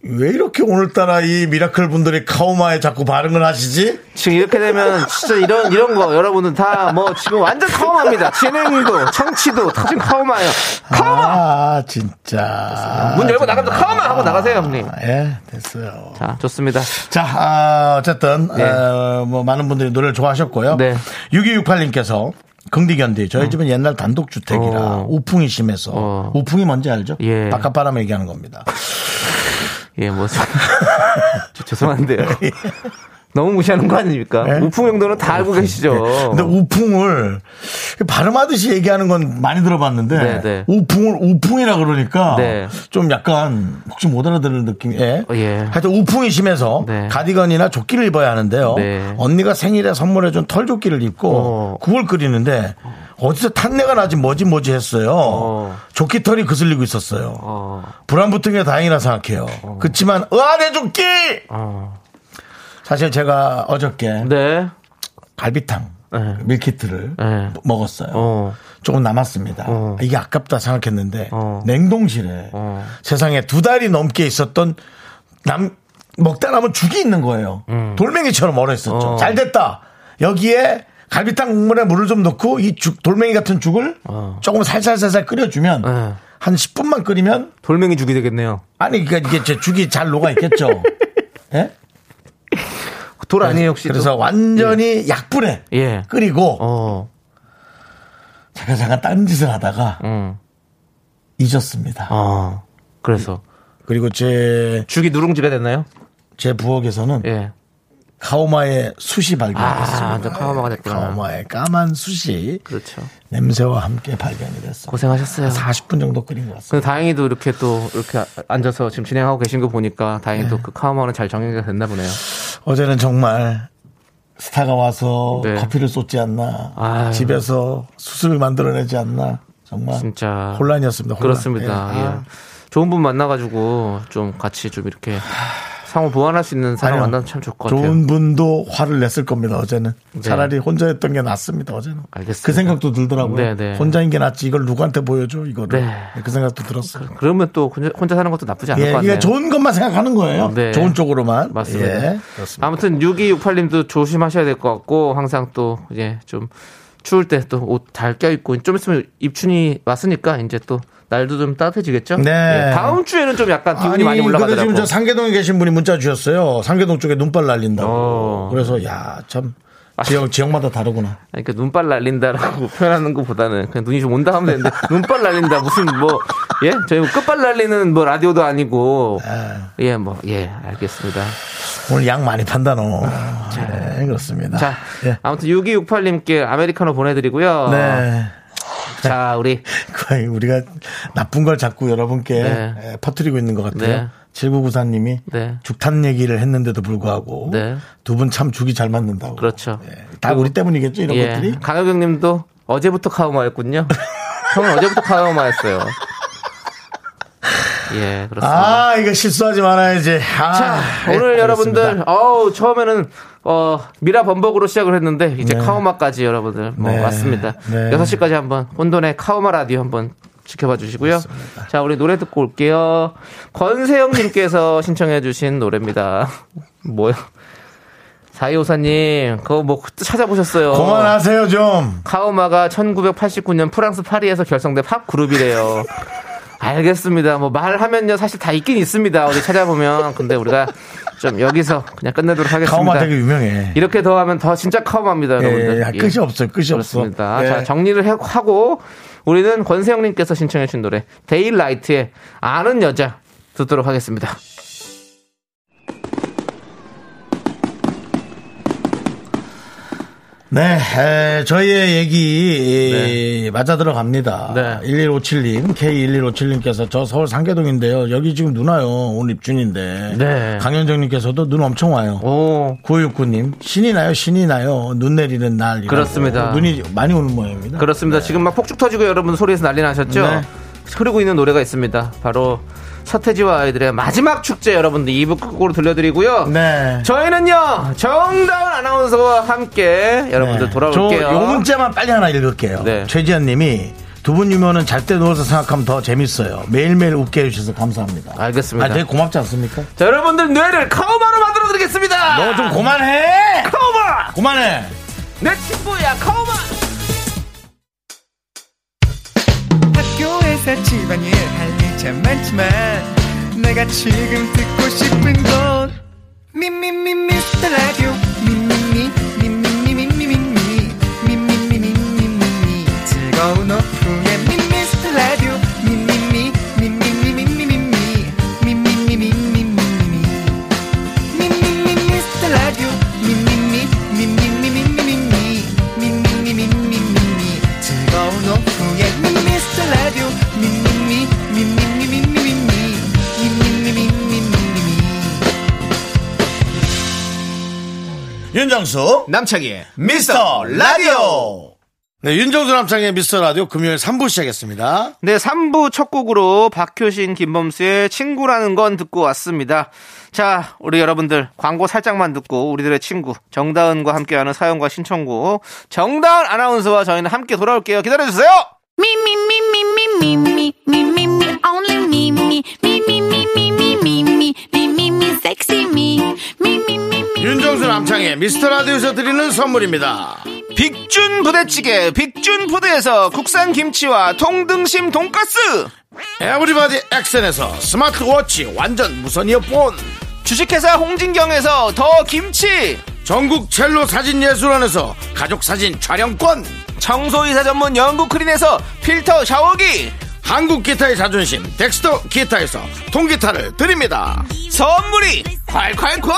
왜 이렇게 오늘따라 이 미라클 분들이 카오마에 자꾸 발음을 하시지? 지금 이렇게 되면 진짜 이런 이런 거 여러분은 다 뭐 지금 완전 카오마입니다. 진행도 청취도 다 지금 카오마예요. 카오마. 아, 진짜. 문 열고 나가면 카오마 하고 나가세요, 형님. 아, 예, 됐어요. 자, 좋습니다. 자, 아, 어쨌든 네. 어, 뭐 많은 분들이 노래를 좋아하셨고요. 네. 6268님께서 긍디견디 저희 집은 옛날 단독 주택이라 어. 우풍이 심해서 어. 우풍이 뭔지 알죠? 예. 바깥 바람 얘기하는 겁니다. 예, 뭐 저- 저 죄송한데요. 너무 무시하는 거 아닙니까? 네? 우풍 용도는 다 알고 계시죠. 예. 근데 우풍을 발음하듯이 얘기하는 건 많이 들어봤는데 네, 네. 우풍을 우풍이라 그러니까 네. 좀 약간 혹시 못 알아들을 느낌에 어, 예. 하여튼 우풍이 심해서 네. 가디건이나 조끼를 입어야 하는데요. 네. 언니가 생일에 선물해준 털조끼를 입고 어. 그걸 그리는데 어디서 탄내가 나지 뭐지 뭐지 했어요. 어. 조끼 털이 그슬리고 있었어요. 어, 불안 붙은 게 다행이라 생각해요. 그렇지만 으아 내 조끼 어. 사실 제가 어저께 네. 갈비탕 네. 밀키트를 네. 먹었어요. 어. 조금 남았습니다. 어. 이게 아깝다 생각했는데 어. 냉동실에 어. 세상에 두 달이 넘게 있었던 남 먹다 남은 죽이 있는 거예요. 돌멩이처럼 얼어 있었죠. 음. 어. 잘 됐다. 여기에 갈비탕 국물에 물을 좀 넣고 이 죽 돌멩이 같은 죽을 어. 조금 살살살살 끓여주면 네. 한 10분만 끓이면 돌멩이 죽이 되겠네요. 아니 그러니까 이게 제 죽이 잘 녹아 *laughs* 있겠죠. 예? 돌 아니에요, 혹시? 그래서 완전히 약불에 예. 끓이고 어. 제가 잠깐 딴 짓을 하다가 음. 잊었습니다. 어. 그래서 그리고 제, 죽이 누룽지가 됐나요? 제 부엌에서는 예. 카오마의 숯이 발견됐습니다. 아, 저 카오마가 됐구나. 카오마의 까만 숯이 그렇죠. 냄새와 함께 발견이 됐습니다. 고생하셨어요. 40분 정도 끓인 것 같습니다. 근데 다행히도 이렇게 또 이렇게 앉아서 지금 진행하고 계신 거 보니까 네. 다행히도 그 카우마는 잘 정리가 됐나 보네요. 어제는 정말 스타가 와서 네. 커피를 쏟지 않나, 아유. 집에서 숯을 만들어내지 않나, 정말 진짜 혼란이었습니다. 혼란. 그렇습니다. 예. 예. 아, 좋은 분 만나가지고 좀 같이 좀 이렇게 상호 보완할 수 있는 사람 아니요. 만나면 참 좋을 것 같아요. 네. 좋은 분도 화를 냈을 겁니다 어제는 차라리 혼자 했던 게 낫습니다 어제는 알겠습니다. 그 생각도 들더라고요 네, 네. 혼자인 게 낫지 이걸 누구한테 보여줘 이거를 네. 그 생각도 들었어요 그러면 또 혼자, 혼자 사는 것도 나쁘지 않을 예, 것 이게 같네요. 좋은 것만 생각하는 거예요 네. 좋은 쪽으로만 맞습니다. 예, 그렇습니다. 아무튼 6268님도 조심하셔야 될 것 같고 항상 또 이제 좀 추울 때 또 옷 잘 껴입고 좀 있으면 입춘이 왔으니까 이제 또 날도 좀 따뜻해지겠죠? 네. 예, 다음 주에는 좀 약간 기분이 아니, 많이 근데 지금 올라가더라고요. 저 상계동에 계신 분이 문자 주셨어요. 상계동 쪽에 눈발 날린다고. 어. 그래서 야, 참 지역 지역마다 다르구나. 아니, 그러니까 눈발 날린다라고 *laughs* 표현하는 것보다는 그냥 눈이 좀 온다 하면 되는데 *laughs* 눈발 날린다 무슨 뭐 예? 저희 뭐 끝발 날리는 뭐 라디오도 아니고 예, 뭐 예, 알겠습니다. 오늘 양 많이 판다 너. 네, 그렇습니다. 아, 자, 예. 아무튼 6268님께 아메리카노 보내 드리고요. 네. 어. 자, 우리 *laughs* 거의 우리가 나쁜 걸 자꾸 여러분께 네. 예, 퍼뜨리고 있는 것 같아요. 네. 7994님이 네. 죽탄 얘기를 했는데도 불구하고 네. 두 분 참 죽이 잘 맞는다고. 그렇죠. 예, 다 우리 때문이겠죠 이런 것들이. 예, 강혁영 님도 어제부터 카우마였군요. 형은 어제부터 *laughs* 카우마였어요. 예, 그렇습니다. 아 이거 실수하지 말아야지. 아, 자, 예, 오늘 여러분들, 알겠습니다. 어우, 처음에는, 어, 미라 범벅으로 시작을 했는데, 이제 네. 카우마까지 여러분들, 뭐, 네. 왔습니다. 네. 6시까지 한번, 혼돈의 카우마 라디오 한번 지켜봐 주시고요. 자, 우리 노래 듣고 올게요. 권세영님께서 *laughs* 신청해주신 노래입니다. 뭐요? 사이오사님, 그거 뭐, 찾아보셨어요. 그만하세요 좀. 카우마가 1989년 프랑스 파리에서 결성된 팝 그룹이래요. 알겠습니다. 뭐 말하면요 사실 다 있긴 있습니다. 어디 찾아보면 근데 우리가 좀 여기서 그냥 끝내도록 하겠습니다. 가오마 되게 유명해. 이렇게 더 하면 더 진짜 카우마입니다, 여러분들. 예, 야, 끝이 예. 없어요. 끝이 그렇습니다. 없어. 예. 자 정리를 해- 하고 우리는 권세영님께서 신청해주신 노래 데일라이트의 아는 여자 듣도록 하겠습니다. 네, 에, 저희의 얘기 에, 맞아 들어갑니다. 네. 1157님, K1157님께서 저 서울 상계동인데요. 여기 지금 눈 와요. 오늘 입준인데. 네. 강현정님께서도 눈 엄청 와요. 오 9569님, 신이 나요, 신이 나요. 눈 내리는 날. 그렇습니다. 눈이 많이 오는 모양입니다. 그렇습니다. 지금 막 폭죽 터지고 여러분 소리에서 난리 나셨죠? 네. 흐르고 있는 노래가 있습니다. 바로 서태지와 아이들의 마지막 축제 여러분들 2부 끝곡으로 들려드리고요. 네. 저희는요 정다운 아나운서와 함께 여러분들 네. 돌아올게요. 저 요 문자만 빨리 하나 읽을게요. 네. 최지현 님이 두 분 유머는 잘 때 누워서 생각하면 더 재밌어요. 매일매일 웃게 해주셔서 감사합니다. 알겠습니다. 아, 되게 고맙지 않습니까? 아. 자, 여러분들 뇌를 카오마로 만들어드리겠습니다. 아, 너 좀 고만해! 카오마 고만해! 내 친구야 카오마. 학교에서 집안일 할 일 참 많지만 내가 지금 듣고 싶은 건 미미미 미스터 라디오 미미미 미미미 미미미 미미미 미미미 즐거운 오후에 미스터 라디오 미미미 미미미 미미미 미미미 미미미 윤정수. 남창희의 미스터 라디오. 네, 윤정수 남창의 미스터 라디오 금요일 3부 시작했습니다. 네, 3부 첫 곡으로 박효신, 김범수의 친구라는 건 듣고 왔습니다. 자, 우리 여러분들 광고 살짝만 듣고 우리들의 친구 정다은과 함께하는 사연과 신청곡 정다은 아나운서와 저희는 함께 돌아올게요. 기다려주세요. Me, me, me, me, me, me, me, me, me, me, only me, me, me, me, me, me, me, me, me, me, me, me, sexy me, me, me, me, me. 윤정수 남창의 미스터 라디오에서 드리는 선물입니다. 빅준 부대찌개 빅준 푸드에서 국산 김치와 통등심 돈가스 에브리바디 액션에서 스마트워치 완전 무선 이어폰. 주식회사 홍진경에서 더 김치 전국 첼로 사진 예술원에서 가족 사진 촬영권. 청소이사 전문 영국 크린에서 필터 샤워기 한국 기타의 자존심 덱스터 기타에서 통기타를 드립니다. 선물이 콸콸콸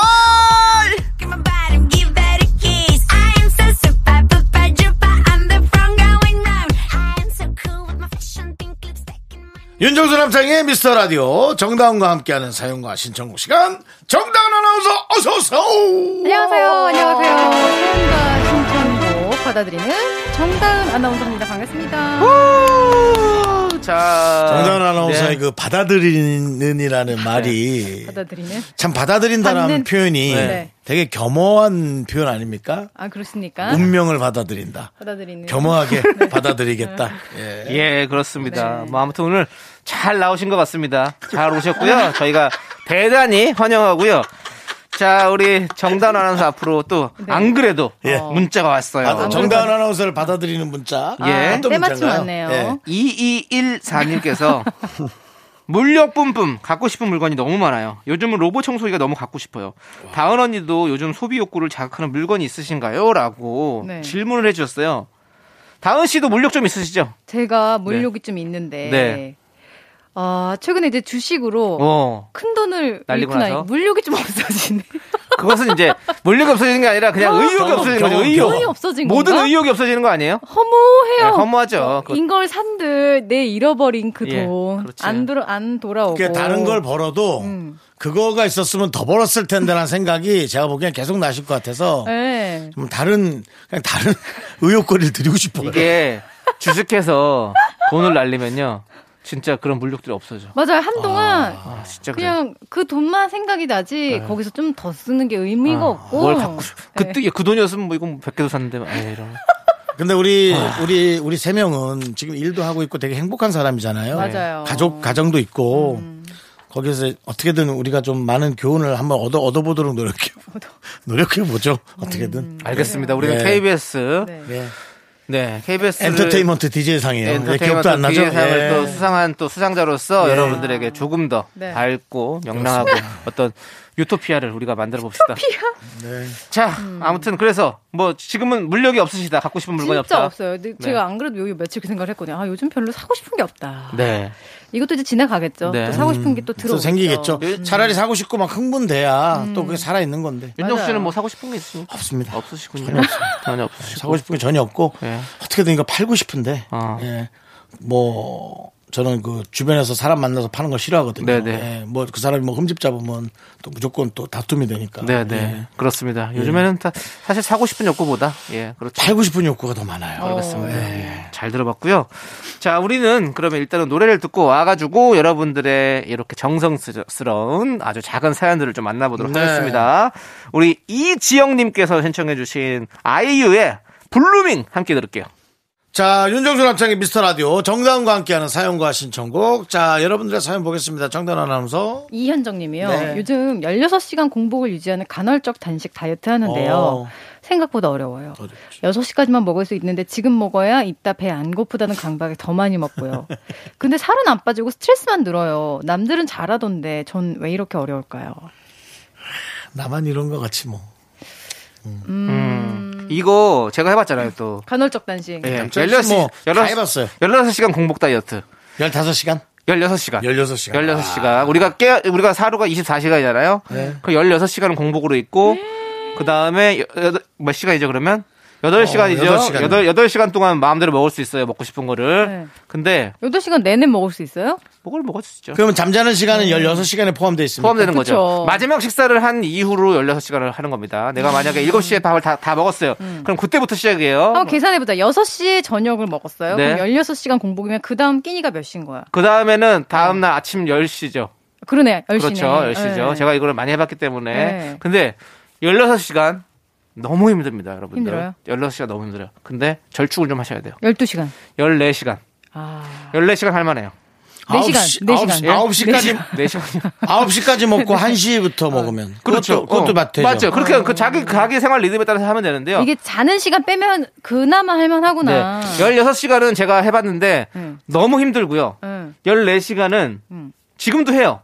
Give my body, give that a kiss. I am so super, super duper. I'm the front going round. I am so cool with my fashion, pink lipstick and my 윤정수 남창의 미스터 라디오 정다운과 함께하는 사연과 신청곡 시간 정다운 아나운서 어서 오세요. 안녕하세요. 어. 안녕하세요. 사연과 신청곡 받아드리는 네. 정다은 아나운서입니다. 반갑습니다. 자 정다운 아나운서 가사의 그 받아들이는이라는 말이 네. 받아들이는. 참 받아들인다는 받는- 표현이 네. 되게 겸허한 표현 아닙니까? 아 그렇습니까? 운명을 받아들인다. 받아들이는. *laughs* 네. 겸허하게 받아들이겠다. 예. 예, 그렇습니다. 뭐 아무튼 오늘 잘 나오신 것 같습니다. 잘 오셨고요. 저희가 대단히 환영하고요. 자, 우리 정단 아나운서 앞으로 또 안 그래도 문자가 왔어요. 예. 아, 정다은 아나운서를 받아드리는 문자. 예. 아, 어떤 때마침 문자인가요? 왔네요. 예. 2214님께서 *laughs* 물력 뿜뿜 갖고 싶은 물건이 너무 많아요. 요즘은 로봇 청소기가 너무 갖고 싶어요. 다은 언니도 요즘 소비 욕구를 자극하는 물건이 있으신가요? 라고 네. 질문을 해주셨어요. 다은 씨도 물력 좀 있으시죠? 제가 물욕이 좀 있는데. 네. 아 최근에 이제 주식으로 어. 큰 돈을 날리고 잃고 나니 나서? 물욕이 좀 *laughs* 없어지네. 그것은 이제 물력이 없어지는 게 아니라 그냥 의욕이 없어지는 거죠. 의욕. 돈이 없어진 모든 건가? 의욕이 없어지는 거 아니에요? 허무해요. 어, 네, 허무하죠. 그거- 인걸 산들 내 잃어버린 그 예, 돈. 그렇지. 안, 돌아, 안 돌아오고. 음. 그게 다른 걸 벌어도 그거가 있었으면 더 벌었을 텐데라는 생각이 제가 보기엔 계속 나실 것 같아서 네. 좀 다른 그냥 다른 *laughs* 의욕거리를 드리고 싶어요. 이게 주식해서 돈을 날리면요. 진짜 그런 물욕들이 없어져. 맞아요. 한동안 아, 진짜 그래요. 네. 그냥 그 돈만 생각이 나지 거기서 좀 더 쓰는 게 의미가 없고. 아, 뭘 갖고 싶- 그, 네. 뜻- 그 돈이었으면 뭐 이건 100개도 샀는데 에이, 이런. 근데 우리 우리 우리 세 명은 지금 일도 하고 있고 되게 행복한 사람이잖아요. 맞아요. 음. 가족 가정도 있고 거기서 어떻게든 우리가 좀 많은 교훈을 한번 얻어 얻어보도록 노력해 *laughs* 노력해 보죠. 어떻게든 음. 알겠습니다. 우리는 네. KBS 네. 예. 네, KBS 를- 엔터테인먼트 DJ 상이에요. 예, 기억도 안 나죠? 뒤에 상을 예. 또 수상한 또 수상자로서 예. 여러분들에게 조금 더 네. 밝고 명랑하고 어떤 유토피아를 우리가 만들어 봅시다. 네. 자, 음. 아무튼 그래서 뭐 지금은 물력이 없으시다. 갖고 싶은 물건이 진짜 없다. 없어요. 네. 근데 제가 안 그래도 요 며칠 그 생각을 했거든요. 아, 요즘 별로 사고 싶은 게 없다. 네. 이것도 이제 지나가겠죠. 네. 또 사고 싶은 게 또 들어오죠. 음, 음. 또 생기겠죠. 차라리 사고 싶고 막 흥분돼야 또 그게 살아 있는 건데 윤정 맞아요. 씨는 뭐 사고 싶은 게 있습니까? 없습니다. 없으시군요. 전혀 없으시고. 사고 싶은 게 전혀 없고 예. 어떻게든 이거 팔고 싶은데 아. 예. 뭐 저는 그 주변에서 사람 만나서 파는 걸 싫어하거든요. 네네. 뭐 그 사람이 뭐 흠집 잡으면 또 무조건 또 다툼이 되니까. 네, 네. 예. 그렇습니다. 요즘에는 다, 사실 사고 싶은 욕구보다 예, 그렇죠. 팔고 싶은 욕구가 더 많아요. 알겠습니다. 예, 잘 들어봤고요. 자, 우리는 그러면 일단은 노래를 듣고 와가지고 여러분들의 이렇게 정성스러운 아주 작은 사연들을 좀 만나보도록 네. 하겠습니다. 우리 이지영님께서 신청해주신 아이유의 블루밍 함께 들을게요. 자, 윤정수 남창의 미스터 라디오 정다운과 함께하는 사연과 신청곡. 자, 여러분들의 사연 보겠습니다. 정다운 아나운서. 이현정 님이요. 네. 요즘 16시간 공복을 유지하는 간헐적 단식 다이어트 하는데요. 어. 생각보다 어려워요. 어렵죠. 6시까지만 먹을 수 있는데 지금 먹어야 이따 배 안 고프다는 강박에 더 많이 먹고요. *laughs* 근데 살은 안 빠지고 스트레스만 늘어요. 남들은 잘하던데 전 왜 이렇게 어려울까요? 나만 이런 것 같이 뭐. 이거 제가 해봤잖아요, 또. 간헐적 단식. 예, 남창희 씨 뭐 16시 다 해봤어요. 16시간 공복 다이어트. 15시간? 16시간. 16시간. 아. 16시간. 우리가 깨, 우리가 하루가 24시간이잖아요. 네. 그 16시간은 공복으로 있고, 네. 그 다음에, 몇 시간이죠, 그러면? 8시간이죠. 어, 여덟 시간. 8, 여덟 시간 동안 마음대로 먹을 수 있어요. 먹고 싶은 거를. 네. 근데, 8시간 내내 먹을 수 있어요? 먹을 먹을 수 있죠. 그러면 잠자는 시간은 16시간에 포함되어 있습니다. 포함되는 그쵸. 거죠. 마지막 식사를 한 이후로 16시간을 하는 겁니다. 내가 음. 만약에 7시에 밥을 다, 다 먹었어요. 그럼 그때부터 시작이에요. 한번 어, 계산해보자. 6시에 저녁을 먹었어요. 네. 그럼 16시간 공복이면 그 다음 끼니가 몇 시인 거야? 그 다음에는 다음날 아침 10시죠. 그러네. 10시네. 그렇죠. 10시죠. 제가 이걸 많이 해봤기 때문에. 예. 네. 근데 16시간 너무 힘듭니다, 여러분들. 힘들어요? 16시간 너무 힘들어요. 근데 절충을 좀 하셔야 돼요. 12시간. 14시간. 아. 14시간 할만해요. 4시간. 4시간. 9시까지, 4시간이요. 9시까지 먹고 1시부터 먹으면. 그렇죠. 그것도, 그것도 어, 맞대죠. 맞죠. 그렇게 그 자기 자기 생활 리듬에 따라서 하면 되는데요. 이게 자는 시간 빼면 그나마 어. 네. 할만하구나. 16시간은 제가 해 봤는데 음. 너무 힘들고요. 응. 14시간은 음. 지금도 해요.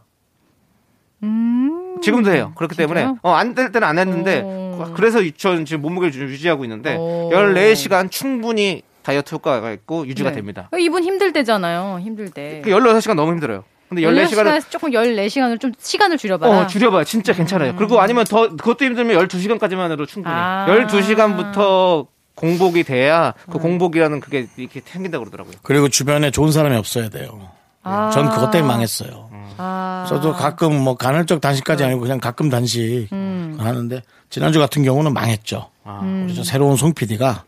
지금도 해요. 그렇기 때문에 진짜요? 어, 안 될 때는 안 했는데 오. 그래서 유- 저는 지금 몸무게를 좀 유지하고 있는데 오. 14시간 충분히 다이어트 효과가 있고 유지가 네. 됩니다. 이분 힘들 때잖아요. 힘들 때. 그 16시간 너무 힘들어요. 근데 14시간을 14시간을 조금 14시간을 좀 시간을 줄여봐라. 어, 줄여봐요. 진짜 괜찮아요. 그리고 아니면 더 그것도 힘들면 12시간까지만으로 충분히. 아. 12시간부터 공복이 돼야 그 공복이라는 그게 이렇게 생긴다고 그러더라고요. 그리고 주변에 좋은 사람이 없어야 돼요. 아. 전 그것 때문에 망했어요. 아. 네. 저도 가끔 뭐 간헐적 단식까지 아니고 그냥 가끔 단식 음. 하는데 지난주 같은 경우는 망했죠. 아. 우리 저 새로운 송 PD가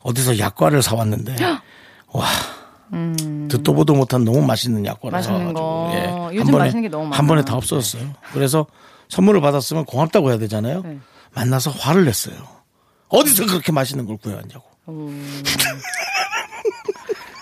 어디서 약과를 사왔는데 와 듣도 보도 못한 너무 맛있는 약과라서 음. 맛있는 가지고, 거. 예. 요즘 한 번에, 맛있는 게 너무 한 많아요. 번에 다 없어졌어요. 그래서 선물을 받았으면 고맙다고 해야 되잖아요. 네. 만나서 화를 냈어요. 어디서 그렇게 맛있는 걸 구해왔냐고.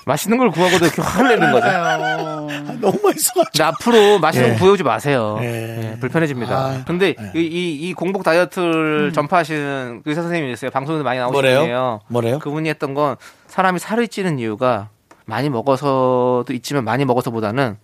맛있는 걸 구하고도 이렇게 화를 내는 거죠. 아, 너무 맛있어가지고. 근데 앞으로 맛있는 예. 거 구해오지 마세요. 예. 예, 불편해집니다. 아, 음. 근데 이, 이, 이 공복 다이어트를 전파하시는 의사 선생님이 있어요. 방송에도 많이 나오시는 뭐래요? 분이에요. 뭐래요? 아, 그분이 했던 건 사람이 살이 찌는 이유가 많이 먹어서도 있지만 많이 먹어서보다는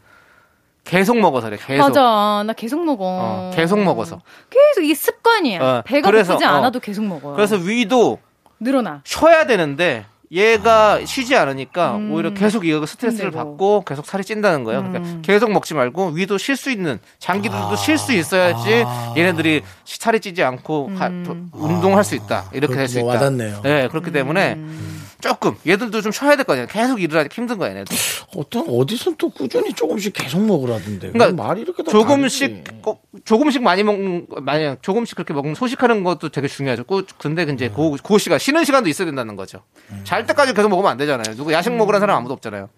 계속 먹어서래. 계속. 맞아. 나 계속 먹어. 어, 계속 먹어서. 계속 이게 습관이야. 어, 배가 그래서, 고프지 어. 않아도 계속 먹어요. 그래서 위도 늘어나. 쉬어야 되는데 얘가 쉬지 않으니까 오히려 계속 이거 스트레스를 힘들고. 받고 계속 살이 찐다는 거예요. 그러니까 계속 먹지 말고 위도 쉴 수 있는 장기들도 쉴 수 있어야지 얘네들이 시- 살이 찌지 않고 가- 운동할 수 있다 이렇게 될 수 있다. 그렇군요. 와닿네요. 네 그렇기 때문에 조금 얘들도 좀 쉬어야 될 거 아니에요. 계속 일을 하니까 힘든 거예요. 얘네들. 어떤 어디선 또 꾸준히 조금씩 계속 먹으라던데. 그러니까 말이 이렇게 다 조금씩 다르지. 꼭- 조금씩 많이 먹는 만약 조금씩 그렇게 먹으면 소식하는 것도 되게 중요하죠. 꼭 근데 음. 이제 그, 그 시간 쉬는 시간도 있어야 된다는 거죠. 잘 때까지 계속 먹으면 안 되잖아요. 누구 야식 먹으라는 사람 아무도 없잖아요.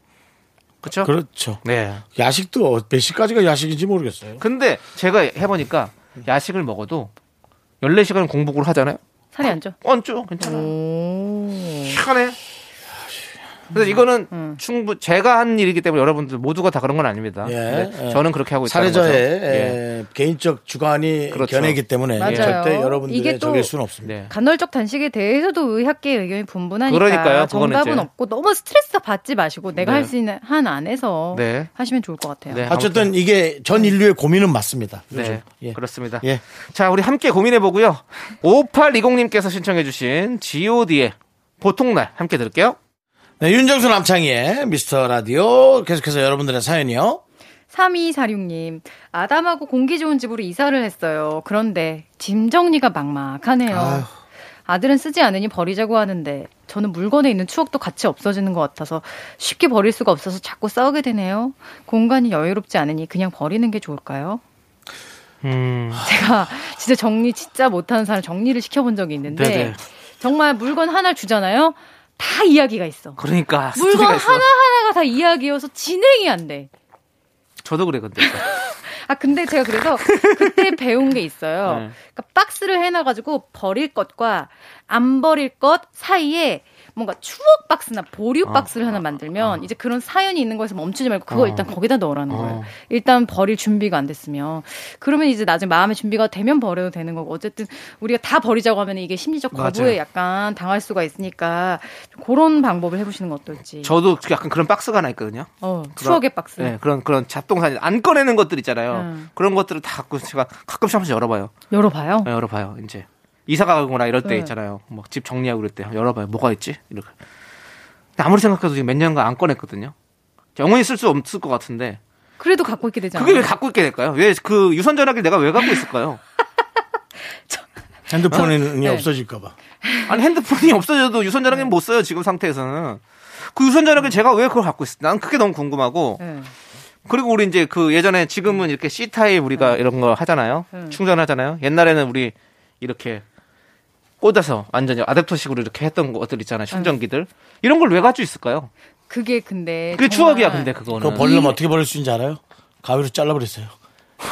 그렇죠? 그렇죠. 네. 야식도 어- 몇 시까지가 야식인지 모르겠어요. 근데 제가 해보니까 야식을 먹어도 14시간 공복을 하잖아요. 살이 안 쪄. 얹죠. 괜찮아. 음. 희한해. 그래서 이거는 충분 제가 한 일이기 때문에 여러분들 모두가 다 그런 건 아닙니다. 예, 근데 예. 저는 그렇게 하고 있다는 거죠. 사례자의 예. 에, 개인적 주관이 그렇죠. 견해이기 때문에 맞아요. 절대 이게 여러분들의 또- 적일 수는 없습니다. 네. 간헐적 단식에 대해서도 의학계 의 의견이 분분하니까 그러니까요. 그거는 정답은 이제. 없고 너무 스트레스 받지 마시고 내가 네. 할 수 있는 한 안에서 네. 하시면 좋을 것 같아요. 네, 어쨌든 이게 전 인류의 고민은 맞습니다. 네, 요즘. 예. 그렇습니다. 예. 자, 우리 함께 고민해보고요. 5820님께서 신청해주신 GOD의 보통날 함께 들을게요. 네, 윤정수 남창희의 미스터 라디오 계속해서 여러분들의 사연이요. 3246님, 아담하고 공기 좋은 집으로 이사를 했어요. 그런데 짐 정리가 막막하네요. 아휴. 아들은 쓰지 않으니 버리자고 하는데 저는 물건에 있는 추억도 같이 없어지는 것 같아서 쉽게 버릴 수가 없어서 자꾸 싸우게 되네요. 공간이 여유롭지 않으니 그냥 버리는 게 좋을까요? 음. 제가 진짜 정리 진짜 못하는 사람 정리를 시켜본 적이 있는데 네네. 정말 물건 하나 주잖아요. 다 이야기가 있어. 그러니까 물건 스토리가 있어. 하나하나가 다 이야기여서 진행이 안 돼. 저도 그래 근데. *laughs* 아 근데 제가 그래서 그때 배운 게 있어요. 네. 그러니까 박스를 해놔가지고 버릴 것과 안 버릴 것 사이에 뭔가 추억 박스나 보류 아. 박스를 하나 만들면 이제 그런 사연이 있는 거에서 멈추지 말고 그거 일단 거기다 아. 넣으라는 거예요. 일단 버릴 준비가 안 됐으면 그러면 이제 나중에 마음의 준비가 되면 버려도 되는 거고 어쨌든 우리가 다 버리자고 하면 이게 심리적 거부에 맞아요. 약간 당할 수가 있으니까 좀 그런 방법을 해보시는 거 어떨지. 저도 약간 그런 박스가 하나 있거든요. 어, 추억의 박스. 네, 그런 그런 잡동사니 안 꺼내는 것들 있잖아요. 음. 그런 것들을 다 갖고 제가 가끔씩 한 번씩 열어봐요. 열어봐요. 네, 열어봐요. 이제 이사 가거나 이럴 때 네. 있잖아요. 막 집 정리하고 이럴 때 열어봐요. 뭐가 있지? 이렇게. 근데 아무리 생각해도 지금 몇 년간 안 꺼냈거든요. 영원히 쓸 수 없을 것 같은데 그래도 갖고 있게 되잖아요. 그게 왜 갖고 있게 될까요? 왜 그 유선 전화기를 내가 왜 갖고 있을까요? 핸드폰이 아, 네. 없어질까봐. 아니 핸드폰이 없어져도 유선 전화기는 못 써요 지금 상태에서는. 그 유선 전화기 를 제가 왜 그걸 갖고 있을까? 난 그게 너무 궁금하고 네. 그리고 우리 이제 그 예전에 지금은 이렇게 C 타입 우리가 이런 거 하잖아요. 음. 충전하잖아요. 옛날에는 우리 이렇게 꽂아서 완전히 아댑터식으로 이렇게 했던 것들 음. 있잖아요. 충전기들 이런 걸 왜 가지고 있을까요? 그게 근데 그게 정말 추억이야. 근데 그거 그거는. 버리려면 어떻게 버릴 수 있는지 알아요? 가위로 잘라버렸어요.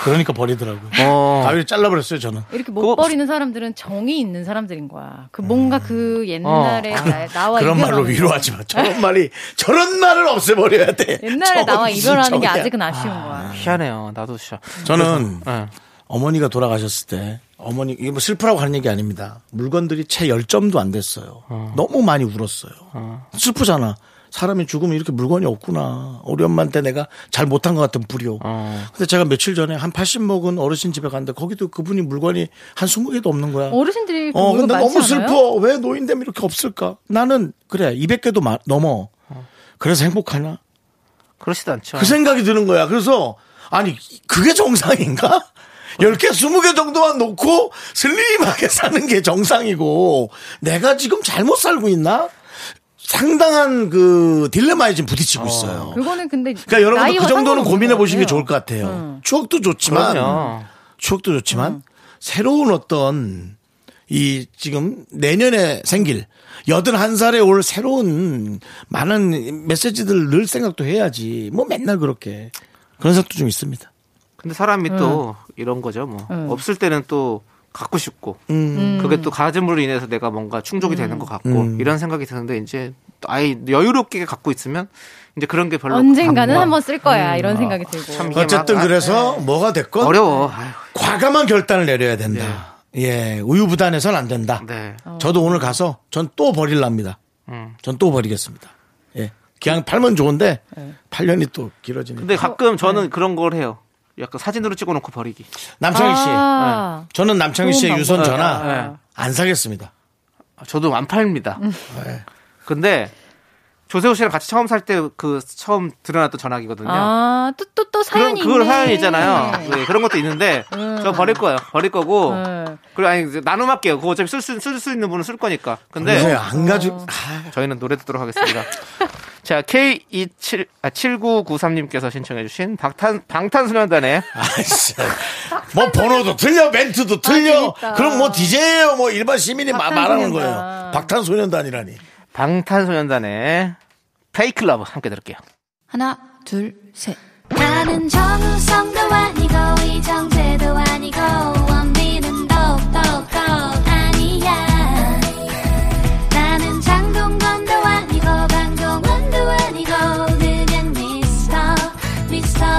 그러니까 버리더라고요. 어. 가위로 잘라버렸어요, 저는. 이렇게 못 그거- 버리는 사람들은 정이 있는 사람들인 거야. 그 뭔가 그 옛날에 나, 나와 음. 어. 그런 말로 어, 이별하는 위로하지 마. 저런 말이, 저런 말을 없애버려야 돼. 거. 옛날에 저건 나와 무슨 이별하는 게 저거야. 아직은 아쉬운 거야. 희한해요. 나도 진짜. 저는 예. 어머니가 돌아가셨을 때 어머니 이게 뭐 슬프라고 하는 얘기 아닙니다. 물건들이 채 10점도 안 됐어요. 너무 많이 울었어요. 슬프잖아. 사람이 죽으면 이렇게 물건이 없구나. 우리 엄마한테 내가 잘 못한 것 같은 부려. 근데 제가 며칠 전에 한 80 먹은 어르신 집에 갔는데 거기도 그분이 물건이 한 20개도 없는 거야. 어르신들이 그 어, 물건 근데 많지 너무 않아요? 슬퍼. 왜 노인 되면 이렇게 없을까? 나는 그래 200개도 넘어. 그래서 행복하냐? 그렇지도 않죠. 어. 그 생각이 드는 거야. 그래서 아니 그게 어. 정상인가? 10개, 20개 정도만 놓고 슬림하게 사는 게 정상이고 내가 지금 잘못 살고 있나? 상당한 그 딜레마에 지금 부딪히고 있어요. 그거는 근데 그러니까 여러분도 나이와 그렇죠. 네. 그 정도는 상관없는 고민해 보시는 게 같아요. 좋을 것 같아요. 음. 추억도 좋지만 그럼요. 추억도 좋지만 새로운 어떤 이 지금 내년에 생길 81살에 올 새로운 많은 메시지들을 늘 생각도 해야지. 뭐 맨날 그렇게. 그런 생각도 좀 있습니다. 근데 사람이 또 이런 거죠. 뭐 없을 때는 또 갖고 싶고 그게 또 가짐으로 인해서 내가 뭔가 충족이 되는 것 같고 이런 생각이 드는데 이제 또 아예 여유롭게 갖고 있으면 이제 그런 게 별로 언젠가는 갖고 한번 쓸 거야 음. 이런 생각이 아, 들고. 참 이게 어쨌든 막- 아, 네. 그래서 뭐가 됐건 어려워. 아휴, 과감한 결단을 내려야 된다. 예, 우유부단해서는 안 된다. 네. 어. 저도 오늘 가서 전 또 버릴랍니다. 음. 전 또 버리겠습니다. 예. 그냥 팔면 좋은데 예. 팔년이또 길어지는. 근데 가끔 저는 네. 그런 걸 해요. 약간 사진으로 찍어놓고 버리기. 남창희 씨. 네. 아, 저는 남창희 좋은 씨의 방법. 아, 유선 전화 네. 안 사겠습니다. 아, 저도 안 팔립니다. 음. 근데 조세호 씨랑 같이 처음 살 때 그 처음 드러났던 전화기거든요. 아, 또 또 또 그런 사연이 그 있네. 음. 사연이 있잖아요. 네, 그런 것도 있는데 저 버릴 거예요. 버릴 거고 네. 그리고 아니 이제 나눔할게요. 그거 어차피 쓸 수 있는 분은 쓸 거니까. 근데 네, 안 가지고. 아, 저희는 노래 듣도록 하겠습니다. *laughs* 자 K27 아, 7993님께서 신청해주신 방탄 방탄소년단의 아, 진짜. 뭐 번호도 틀려, 멘트도 틀려. 아, 재밌다. 그럼 뭐 DJ예요, 뭐 일반 시민이 마- 말하는 방탄소년단. 거예요. 박탄소년단이라니. 방탄소년단의 페이크 러브 함께 들을게요. 하나, 둘, 셋. 나는 정우성도 아니고 이정재도 아니고 원빈은 더욱더 아니야 나는 장동건도 아니고 방종원도 아니고 그냥 미스터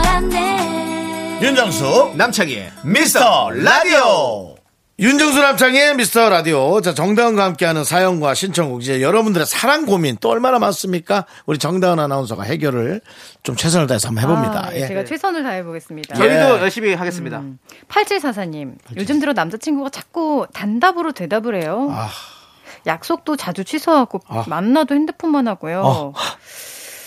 미스터란데 윤정수, 남창희의 미스터 라디오. 윤정수 남창의 미스터 라디오. 자, 정다은과 함께하는 사연과 신청곡. 이제 여러분들의 사랑 고민 또 얼마나 많습니까? 우리 정다은 아나운서가 해결을 좀 최선을 다해서 한번 해봅니다. 아, 예. 제가 최선을 다해 보겠습니다. 저희도 열심히 하겠습니다. 음. 8744님, 요즘 들어 남자친구가 자꾸 단답으로 대답을 해요. 아. 약속도 자주 취소하고 아. 만나도 핸드폰만 하고요. 아.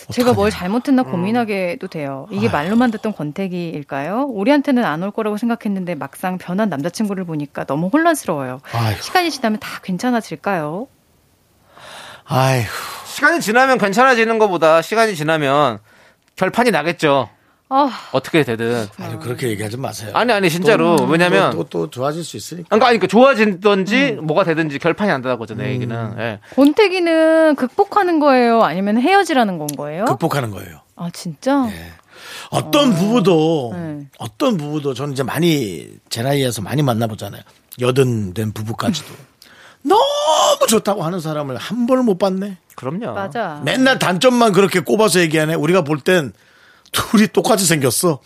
음. 제가 뭘 잘못했나 고민하게도 돼요. 이게 말로만 듣던 권태기일까요? 우리한테는 안 올 거라고 생각했는데 막상 변한 남자친구를 보니까 너무 혼란스러워요. 아이고. 시간이 지나면 다 괜찮아질까요? 아이고. 시간이 지나면 괜찮아지는 것보다 시간이 지나면 결판이 나겠죠. 아, 어떻게 되든. 아니, 그렇게 얘기하지 마세요. 아니 아니 진짜로 왜냐면 또, 또, 또 좋아질 수 있으니까. 그러니까, 아니, 그러니까 좋아진든지 뭐가 되든지 결판이 안 된다는 거죠 내 얘기는. 예. 권태기는 극복하는 거예요? 아니면 헤어지라는 건 거예요? 극복하는 거예요. 아, 진짜? 어떤 부부도 네. 어떤 부부도 저는 이제 많이 제 나이에서 많이 만나보잖아요. 여든 된 부부까지도 음. 너무 좋다고 하는 사람을 한 번 못 봤네. 그럼요. 맞아. 맨날 단점만 그렇게 꼽아서 얘기하네. 우리가 볼 땐 둘이 똑같이 생겼어.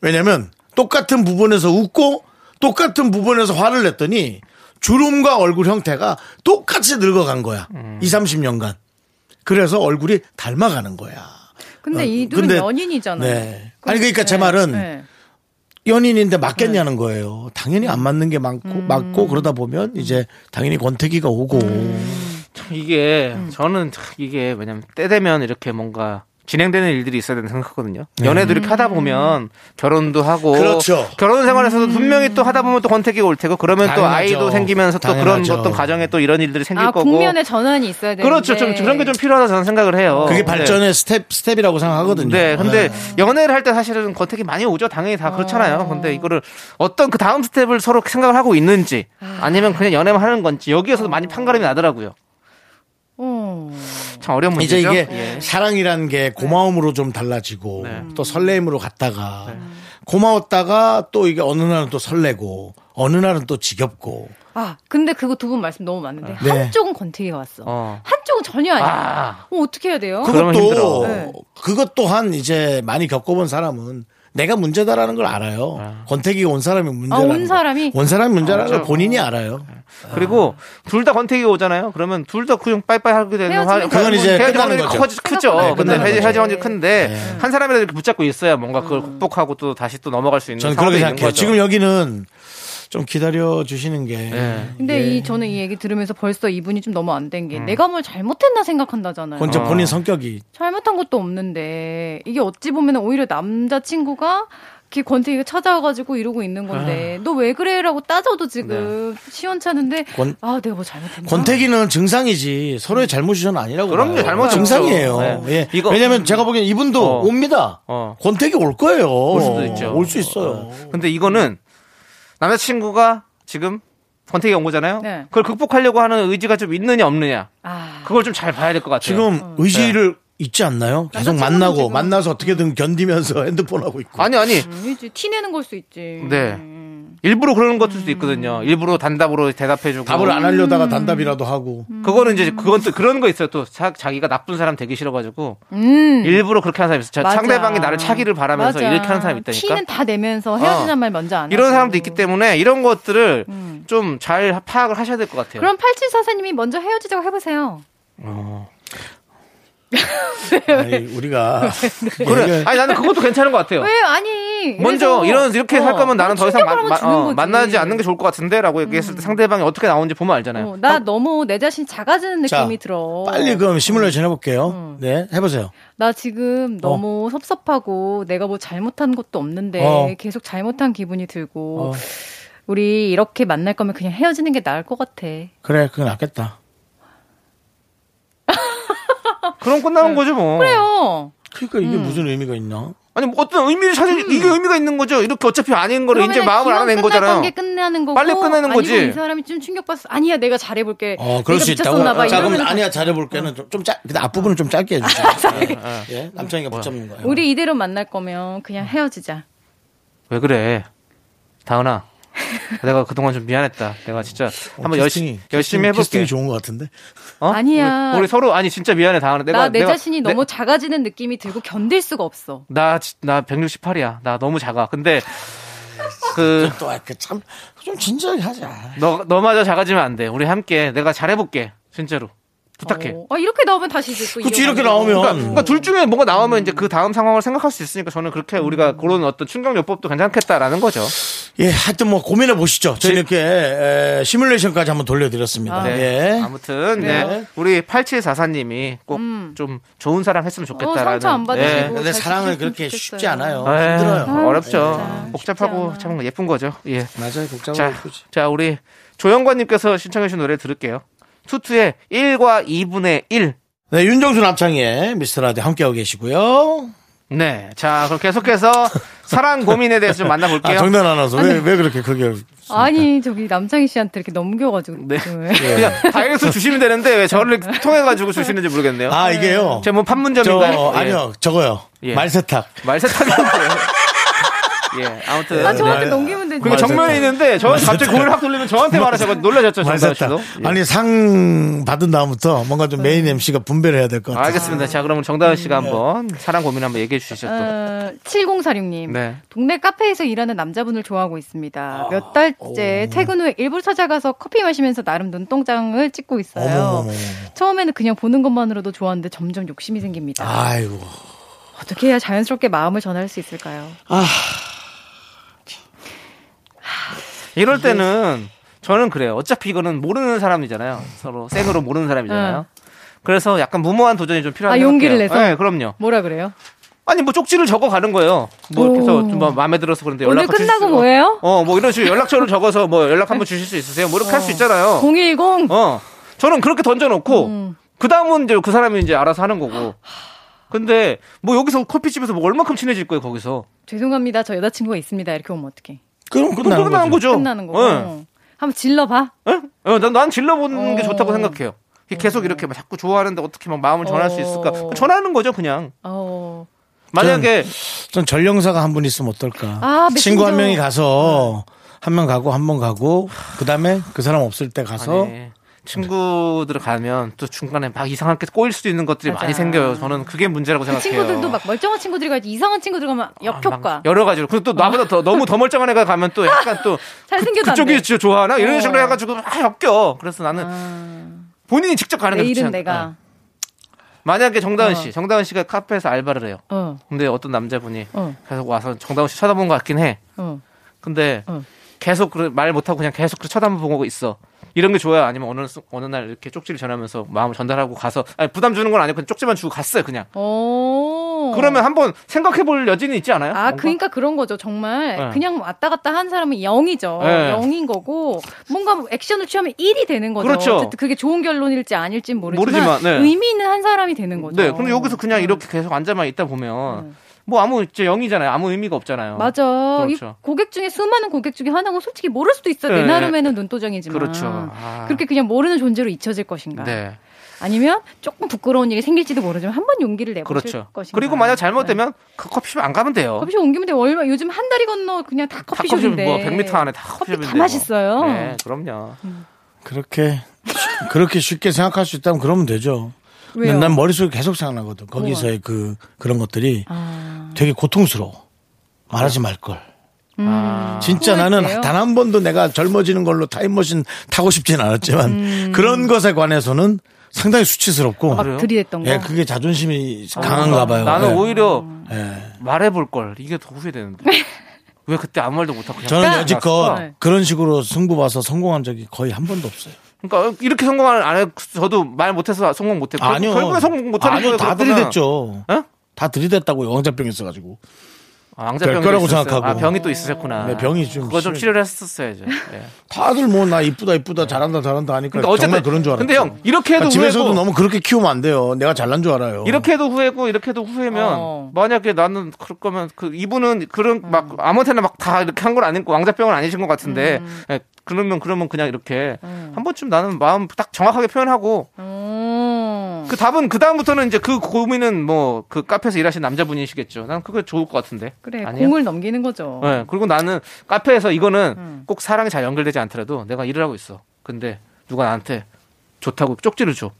왜냐면 똑같은 부분에서 웃고 똑같은 부분에서 화를 냈더니 주름과 얼굴 형태가 똑같이 늙어간 거야. 음. 2, 30년간. 그래서 얼굴이 닮아가는 거야. 근데 어, 이 둘은 근데- 연인이잖아요. 네. 네. 아니, 그러니까 제 말은 연인인데 맞겠냐는 네. 거예요. 당연히 안 맞는 게 많고 음. 맞고 그러다 보면 이제 당연히 권태기가 오고 참 이게 음. 저는 참 이게 왜냐면 때 되면 이렇게 뭔가 진행되는 일들이 있어야 된다고 생각하거든요. 연애도 이렇게 음. 하다 보면 결혼도 하고 네. 그렇죠. 결혼 생활에서도 분명히 또 하다 보면 또 권태기가 올 테고 그러면 또 당연하죠. 아이도 생기면서 또 당연하죠. 그런 어떤 가정에 또 이런 일들이 생길 아, 네. 거고 국면의 전환이 있어야 되는데. 그렇죠. 좀 그런 게 좀 필요하다 저는 생각을 해요. 그게 네. 발전의 스텝 스텝이라고 생각하거든요. 네, 근데 연애를 할 때 사실은 권태기 많이 오죠. 당연히 다 어. 그렇잖아요. 근데 이거를 어떤 그 다음 스텝을 서로 생각을 하고 있는지 아니면 그냥 연애만 하는 건지 여기에서도 많이 판가름이 나더라고요. 어. 참 어려운 문제죠. 이제 이게 예. 사랑이란 게 고마움으로 좀 달라지고 네. 또 설레임으로 갔다가 고마웠다가 또 이게 어느 날은 또 설레고 어느 날은 또 지겹고 아, 근데 그거 두 분 말씀 너무 맞는데. 네. 한쪽은 권태기가 왔어. 어. 한쪽은 전혀 아니야. 아, 어, 어떻게 해야 돼요? 그러면 그것도 힘들어. 네. 그것 또한 이제 많이 겪어본 사람은 내가 문제다라는 걸 알아요. 권태기가 온 사람이 문제라는 아, 온 걸. 사람이? 온 사람이 문제라는 아, 네. 그렇죠. 걸 본인이 알아요. 그리고 둘 다 권태기 오잖아요. 그러면 둘 다 그냥 빠이빠이 하게 되는 헤어지는 화- 거죠. 그건 이제 헤어지는 끝나는 확률이 거죠. 네. 커지- 크죠. 생각보다 근데 끝나는 헤어지- 거죠. 헤어지는 큰데 한 사람이라도 이렇게 붙잡고 있어야 뭔가 그걸 극복하고 또 다시 또 넘어갈 수 있는 저는 상황이 그렇게 있는 생각해요. 거죠. 지금 여기는 좀 기다려 주시는 게 예. 네. 근데 이 저는 이 얘기 들으면서 벌써 이분이 좀 너무 안 된 음. 게 내가 뭘 잘못했나 생각한다잖아요. 그건 이제 어. 본인 성격이 잘못한 것도 없는데 이게 어찌 보면 오히려 남자 친구가 이렇게 권태기가 찾아와가지고 이러고 있는 건데 너 왜 그래라고 따져도 지금 네. 시원찮은데 권- 아 내가 뭐 잘못했나? 권태기는 증상이지 서로의 잘못이 전 아니라고. 그럼요, 봐요. 잘못이 증상이에요. 없죠. 네. 예. 이거- 왜냐면 제가 보기엔 이분도 어. 옵니다. 어. 권태기 올 거예요. 올 수도 있죠. 어. 올수 있어요. 근데 이거는 남자친구가 지금 선택이 온 거잖아요. 네. 그걸 극복하려고 하는 의지가 좀 있느냐 없느냐. 아. 그걸 좀 잘 봐야 될 것 같아요. 지금 의지를 네. 있지 않나요? 계속 만나고 만나서 어떻게든 견디면서 *laughs* 핸드폰 하고 있고. 아니 아니 아니지 티 내는 걸 수 있지. 음. 네. 일부러 그러는 것일 수도 있거든요. 일부러 단답으로 대답해주고 답을 안 하려다가 단답이라도 하고. 그거는 이제 음. 그건 또 그런 거 있어요. 또 자, 기가 나쁜 사람 되기 싫어가지고 일부러 그렇게 하는 사람 있어. 요 음. 맞아. 상대방이 나를 차기를 바라면서 맞아. 이렇게 하는 사람 있다니까. 티는 다 내면서 헤어지자는 어. 말 먼저 안. 이런 하고. 사람도 있기 때문에 이런 것들을 음. 좀 잘 파악을 하셔야 될 것 같아요. 그럼 8744님이 먼저 헤어지자고 해보세요. 아니, *laughs* 우리가 그래. 아니 나는 그것도 괜찮은 것 같아요. 왜 아니? 먼저 그래서- 이런 이렇게 어, 할 거면 나는 더 이상 마- 충격을 마- 주는 어, 거지. 음. 만나지 않는 게 좋을 것 같은데라고 얘기했을 때 상대방이 어떻게 나오는지 보면 알잖아요. 어, 나 너무 내 자신 작아지는 자, 느낌이 들어. 빨리 그럼 시뮬레이션 해볼게요. 네, 해보세요. 나 지금 너무 섭섭하고 내가 뭐 잘못한 것도 없는데 어. 계속 잘못한 기분이 들고 우리 이렇게 만날 거면 그냥 헤어지는 게 나을 것 같아. 그래, 그건 낫겠다. 그럼 네. 끝나는 거죠 뭐. 어. 그러니까 이게 무슨 의미가 있나? 아니 뭐 어떤 의미를 찾을 이게 의미가 있는 거죠. 이렇게 어차피 아닌 거를 이제 음. 그러면은 마음을 기왕 알아낸 끝날 거잖아요. 관계 끝내는 거고 빨리 끝내는 아니면 거지. 이 사람이 좀 충격받았어. 아니야 내가 잘해볼게. 어, 그럴 내가 수 있다고. 미쳤었나 봐. 자, 그럼 이러면서 아, 아니야, 잘해볼게는 좀, 좀 짧, 근데 앞부분은 좀 짧게 해주세요. 예, 예, 남창이가 붙잡는 거예요. 우리 이대로 만날 거면 그냥 헤어지자. 왜 그래, 다은아. 내가 그동안 좀 미안했다. 내가 진짜 어, 한번 열심히 열심히 해볼게. 어, 캐스팅이 좋은 것 같은데. 어? 아니야. 우리, 우리 서로 아니 진짜 미안해 다은아. 내가 나내 자신이 내- 너무 작아지는 느낌이 들고 견딜 수가 없어. 나, 지- 나 168이야. 나 너무 작아. 근데, 그, 또, 아, 그 참, 좀 진지하게 하자. 너, 너마저 작아지면 안 돼. 우리 함께. 내가 잘해볼게. 진짜로. 부탁해. 어. 아, 이렇게 나오면 다시 이제 또 그치, 이어가는 이렇게 거고. 나오면. 그러니까 둘 중에 뭔가 나오면 이제 그 다음 상황을 생각할 수 있으니까 저는 그렇게 우리가 그런 어떤 충격요법도 괜찮겠다라는 거죠. 예, 하여튼 뭐 고민해 보시죠. 저희 이렇게 에, 시뮬레이션까지 한번 아, 돌려드렸습니다. 네. 예. 아무튼, 네. 네. 우리 8744님이 꼭 좀 좋은 사랑 했으면 음. 어, 좋겠다라는. 상처 안 네. 받으시고. 근데 잘 사랑을 지냈으면 그렇게 좋겠어요. 음. 쉽지 않아요. 에이, 힘들어요. 어렵죠. 아, 진짜, 복잡하고 쉽지 참 예쁜 거죠. 예. 맞아요. 복잡하고 자, 예쁘지. 자 우리 조영관님께서 신청해주신 노래 들을게요. 투투의 1과 2분의 1. 네, 윤정수 남창희의 미스터라디오 함께하고 계시고요. 네, 자 그럼 *laughs* 계속해서 사랑 고민에 대해서 좀 아, 만나볼게요. 정단 안아서 네. 왜, 왜 그렇게 크게. 아니 저기 남창희 씨한테 이렇게 넘겨가지고. 네. 지금. 그냥 다이렉트 주시면 되는데 왜 저를 통해 가지고 주시는지 모르겠네요. 아, 이게요. 제뭐 저, 어, 판문점인가요? 예. 아니요, 저거요. 예. 말세탁. 말세탁이었어요. 예, 아무튼. 아 저한테 네. 넘기면 되지. 그리고 정면에 말세탁. 있는데 저한테 갑자기 말세탁. 고개를 확 돌리면 저한테 말하셔서 놀라셨죠, 정답 말세탁. 씨도. 예. 아니, 상 받은 다음부터 뭔가 좀 메인 MC가 분배를 해야 될 것 같아요. 알겠습니다. 자, 그러면 정다은 씨가 한번 사랑 고민 한번 얘기해 주시죠. 또. 어, 7046님. 네. 동네 카페에서 일하는 남자분을 좋아하고 있습니다. 몇 달째 퇴근 후에 일부 찾아가서 커피 마시면서 나름 눈동장을 찍고 있어요. 어머머머머. 처음에는 그냥 보는 것만으로도 좋았는데 점점 욕심이 생깁니다. 아이고. 어떻게 해야 자연스럽게 마음을 전할 수 있을까요? 이럴 때는 저는 그래요. 어차피 이거는 모르는 사람이잖아요. 서로 생으로 모르는 사람이잖아요. 그래서 약간 무모한 도전이 좀 필요한 어. 아, 것 용기를 같아요. 내서? 네, 그럼요. 뭐라 그래요? 아니 뭐 쪽지를 적어 가는 거예요. 뭐 이렇게 해서 좀뭐 마음에 들어서 그런데 연락 오늘 끝나고 뭐예요? 어, 뭐 이런 식으로 연락처를 적어서 뭐 연락 한번 주실 수 있으세요? 뭐 이렇게 할 수 있잖아요. 010. 어. 저는 그렇게 던져 놓고 그다음은 이제 그 사람이 이제 알아서 하는 거고. 근데 뭐 여기서 커피집에서 뭐 얼마큼 친해질 거예요, 거기서. 죄송합니다. 저 여자친구가 있습니다. 이렇게 오면 어떡해. 그럼 그럼 끝나는 끝나는 거죠. 거죠. 끝나는 거고. 예. 한번 질러봐. 예? 어, 난, 난 질러보는 게 어. 좋다고 생각해요. 이게 계속 이렇게 막 자꾸 좋아하는데 어떻게 막 마음을 전할 수 있을까? 어. 전하는 거죠, 그냥. 어. 만약에 전 전령사가 한 분 있으면 어떨까? 아, 메신저. 친구 한 명이 가서 한 명 가고 한 번 가고 그다음에 그 사람 없을 때 가서 아니, 친구들 가면 또 중간에 막 이상하게 꼬일 수도 있는 것들이 맞아. 많이 생겨요. 저는 그게 문제라고 그 생각해요. 아, 친구들도 막 멀쩡한 친구들이 가지 이상한 친구들 가면 막 역효과. 여러 가지로. 그리고 또 나보다 더 너무 더 멀쩡한 애가 가면 또 약간 또 그, 잘생겨도 안 그쪽이 돼. 진짜 좋아하나 이런 어. 아. 식으로 해가지고 아 엮여. 그래서 나는 본인이 직접 가는 게 좋지 내일은 않 내가. 만약에 정다은 어. 씨, 정다은 씨가 카페에서 알바를 해요. 어. 근데 어떤 남자분이 어. 계속 와서 정다은 씨 쳐다본 것 같긴 해. 어. 근데 어. 계속 그래- 말 못하고 그냥 계속 그 쳐다만 보고 있어. 이런 게 좋아요? 아니면 어느, 수- 어느 날 이렇게 쪽지를 전하면서 마음을 전달하고 가서 아니, 부담 주는 건 아니고 그냥 쪽지만 주고 갔어요 그냥. 오. 그러면 한번 생각해 볼 여지는 있지 않아요? 어. 아, 뭔가? 그러니까 그런 거죠. 정말 네. 그냥 왔다 갔다 한 사람은 0이죠. 네. 0인 거고 뭔가 액션을 취하면 1이 되는 거죠. 그렇죠. 어쨌든 그게 좋은 결론일지 아닐지 모르지만, 모르지만, 네. 그- 의미 있는 한 사람이 되는 거죠. 네, 그럼 여기서 그냥 이렇게 계속 앉아만 있다 보면 뭐 아무 이제 영이잖아요. 아무 의미가 없잖아요. 맞아. 그렇죠. 이 고객 중에 수많은 고객 중에 하나고 솔직히 모를 수도 있어. 내 네. 나름에는 눈도장이지만. 그렇죠. 아. 그렇게 그냥 모르는 존재로 잊혀질 것인가. 네. 아니면 조금 부끄러운 일이 생길지도 모르지만 한 번 용기를 내보실 네. 그렇죠. 것인가. 그리고 만약 잘못되면 그 커피숍 안 가면 돼요. 커피숍 옮기면 돼. 얼마 요즘 한 다리 건너 그냥 다 다 커피숍 커피숍인데. 네. 뭐 100m 안에 다 커피 커피숍인데. 다 뭐. 맛있어요. 네, 그럼요. 그렇게 쉬- 그렇게 쉽게 생각할 수 있다면 그러면 되죠. 근데 왜요? 난 머릿속에 계속 생각나거든. 거기서의 그 그런 것들이 아, 되게 고통스러워. 말하지 말 걸. 아. 진짜 나는 후회돼요? 단 한 번도 내가 젊어지는 걸로 타임머신 타고 싶진 않았지만 그런 것에 관해서는 상당히 수치스럽고 음. 아, 그래요? 들이댔던 거. 예, 그게 자존심이 강한가 봐요. 어, 나는 예. 오히려 음. 네. 예. 말해볼 걸 이게 더 후회되는데 네. 왜 그때 아무 말도 못하고 그냥 저는 그냥 네. 여지껏 갔을까? 그런 식으로 승부 봐서 성공한 적이 거의 한 번도 없어요. 그러니까 이렇게 성공을 안 해. 저도 말 못해서 성공 못했고 아니요. 결국에 성공 못하는 아니요, 거예요, 다 그렇구나. 들이댔죠. 어? 다 들이댔다고요. 왕자병 있어가지고. 아, 왕자병이 될 거라고 있었어요. 생각하고. 아, 병이 또 있으셨구나. 네, 병이 좀 그거 좀 심해- 치료를 했었어야죠. 예. 다들 뭐 나 이쁘다 이쁘다 잘한다 잘한다 하니까 그러니까 어쨌든 정말 그런 줄 알았죠. 근데 형 이렇게 해도 그러니까 집에서도 후회고 너무 그렇게 키우면 안 돼요. 내가 잘난 줄 알아요. 이렇게 해도 후회고 이렇게 해도 후회면 어. 음. 만약에 나는 그럴 거면 그 이분은 그런 막 아무 데나 막 다 이렇게 한 건 아니고 왕자병은 아니신 것 같은데 음. 예, 그러면 그러면 그냥 이렇게 한 번쯤 나는 마음 딱 정확하게 표현하고 음. 그 답은 그 다음부터는 이제 그 고민은 뭐 그 카페에서 일하시는 남자분이시겠죠. 난 그게 좋을 것 같은데. 그래 아니에요? 공을 넘기는 거죠. 예, 그리고 나는 카페에서 이거는 음. 꼭 사랑이 잘 연결되지 않더라도 내가 일을 하고 있어. 근데 누가 나한테 좋다고 쪽지를 줘.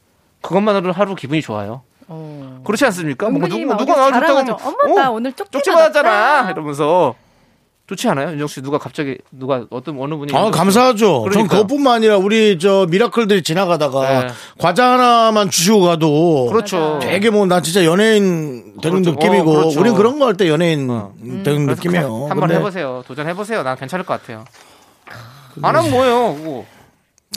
그것만으로 하루 기분이 좋아요. 어. 그렇지 않습니까? 뭔가 은근히 뭐, 누가 막 누가 나를 어디 좋다고 자랑하죠. 하면 엄마, 나 어, 오늘 쪽지 받았잖아. 받았다. 이러면서 좋지 않아요? 윤정 씨 누가 갑자기 누가 어떤 어느 분이 아, 윤정 씨- 감사하죠. 전 예, 그렇죠. 그러니까요. 그것뿐만 아니라 우리 저 미라클들이 지나가다가 네. 과자 하나만 주시고 가도 그렇죠. 되게 뭐 나 진짜 연예인 되는 그렇죠. 느낌이고 어, 그렇죠. 우린 그런 거 할 때 연예인 어. 되는 그래서 느낌이에요. 그냥 한번 근데, 해보세요. 도전해보세요. 난 괜찮을 것 같아요. 그 안 네. 하면 뭐예요? 그거.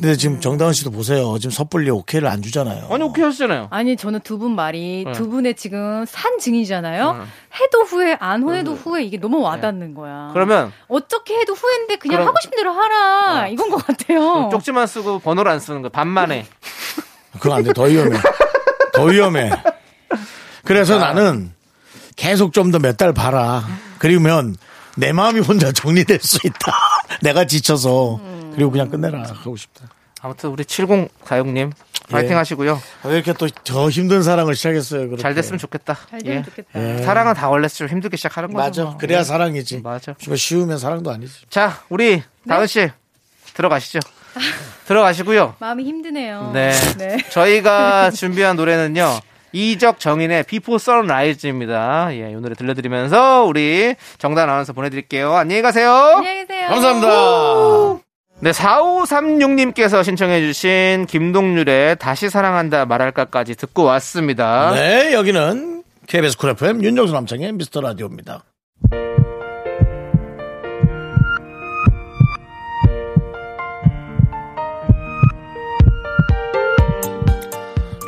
근데 지금 정다은 씨도 보세요. 지금 섣불리 오케이를 안 주잖아요. 아니 오케이 하시잖아요. 아니 저는 두 분 말이 네. 두 분의 지금 산 증이잖아요. 네. 해도 후회 안 후회도 후회 이게 너무 와닿는 거야. 그러면 어떻게 해도 후회인데 그냥 그럼- 어. 하고 싶은 대로 하라 이건 것 같아요. 쪽지만 쓰고 번호를 안 쓰는 거 반만 해. 그거 안 돼. 더 위험해. 더 위험해. 그래서 아. 나는 계속 좀 더 몇 달 봐라. 그러면 내 마음이 혼자 정리될 수 있다. *laughs* 내가 지쳐서. 그리고 그냥 끝내라. 하고 싶다. 아무튼 우리 7046님 파이팅 예. 하시고요. 왜 이렇게 또 더 힘든 사랑을 시작했어요. 그렇게. 예. 잘 됐으면 좋겠다. 예. 잘 되면 좋겠다. 사랑은 다 원래 좀 힘들게 시작하는 거죠. 뭐. 네. 맞아. 그래야 사랑이지. 맞아. 정말 쉬우면 사랑도 아니지. 자, 우리 네? 다은 씨 들어가시죠. 들어가시고요. 마음이 힘드네요. 네. 저희가 준비한 노래는요. 이적 정인의 비포 선라이즈입니다. 예, 이 노래 들려드리면서 우리 정단 아나운서 보내드릴게요. 안녕히 가세요. 어? 안녕히 계세요. 감사합니다. 네, 4536님께서 신청해주신 김동률의 다시 사랑한다 말할까까지 듣고 왔습니다. 네, 여기는 KBS 쿨 FM 윤정수 남창의 미스터 라디오입니다.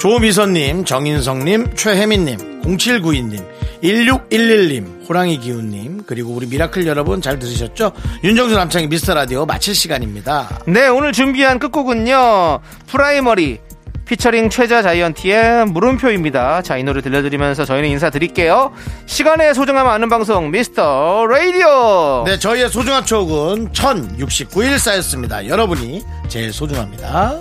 조미선님, 정인성님, 최혜민님, 0792님, 1611님, 호랑이 기운님, 그리고 우리 미라클 여러분 잘 들으셨죠? 윤정수 남창의 미스터 라디오 마칠 시간입니다. 네, 오늘 준비한 끝곡은요. 프라이머리 피처링 최자 자이언티의 물음표입니다. 자, 이 노래 들려드리면서 저희는 인사드릴게요. 시간의 소중함 아는 방송 미스터 라디오. 네, 저희의 소중한 추억은 1069일 쌓였습니다. 여러분이 제일 소중합니다.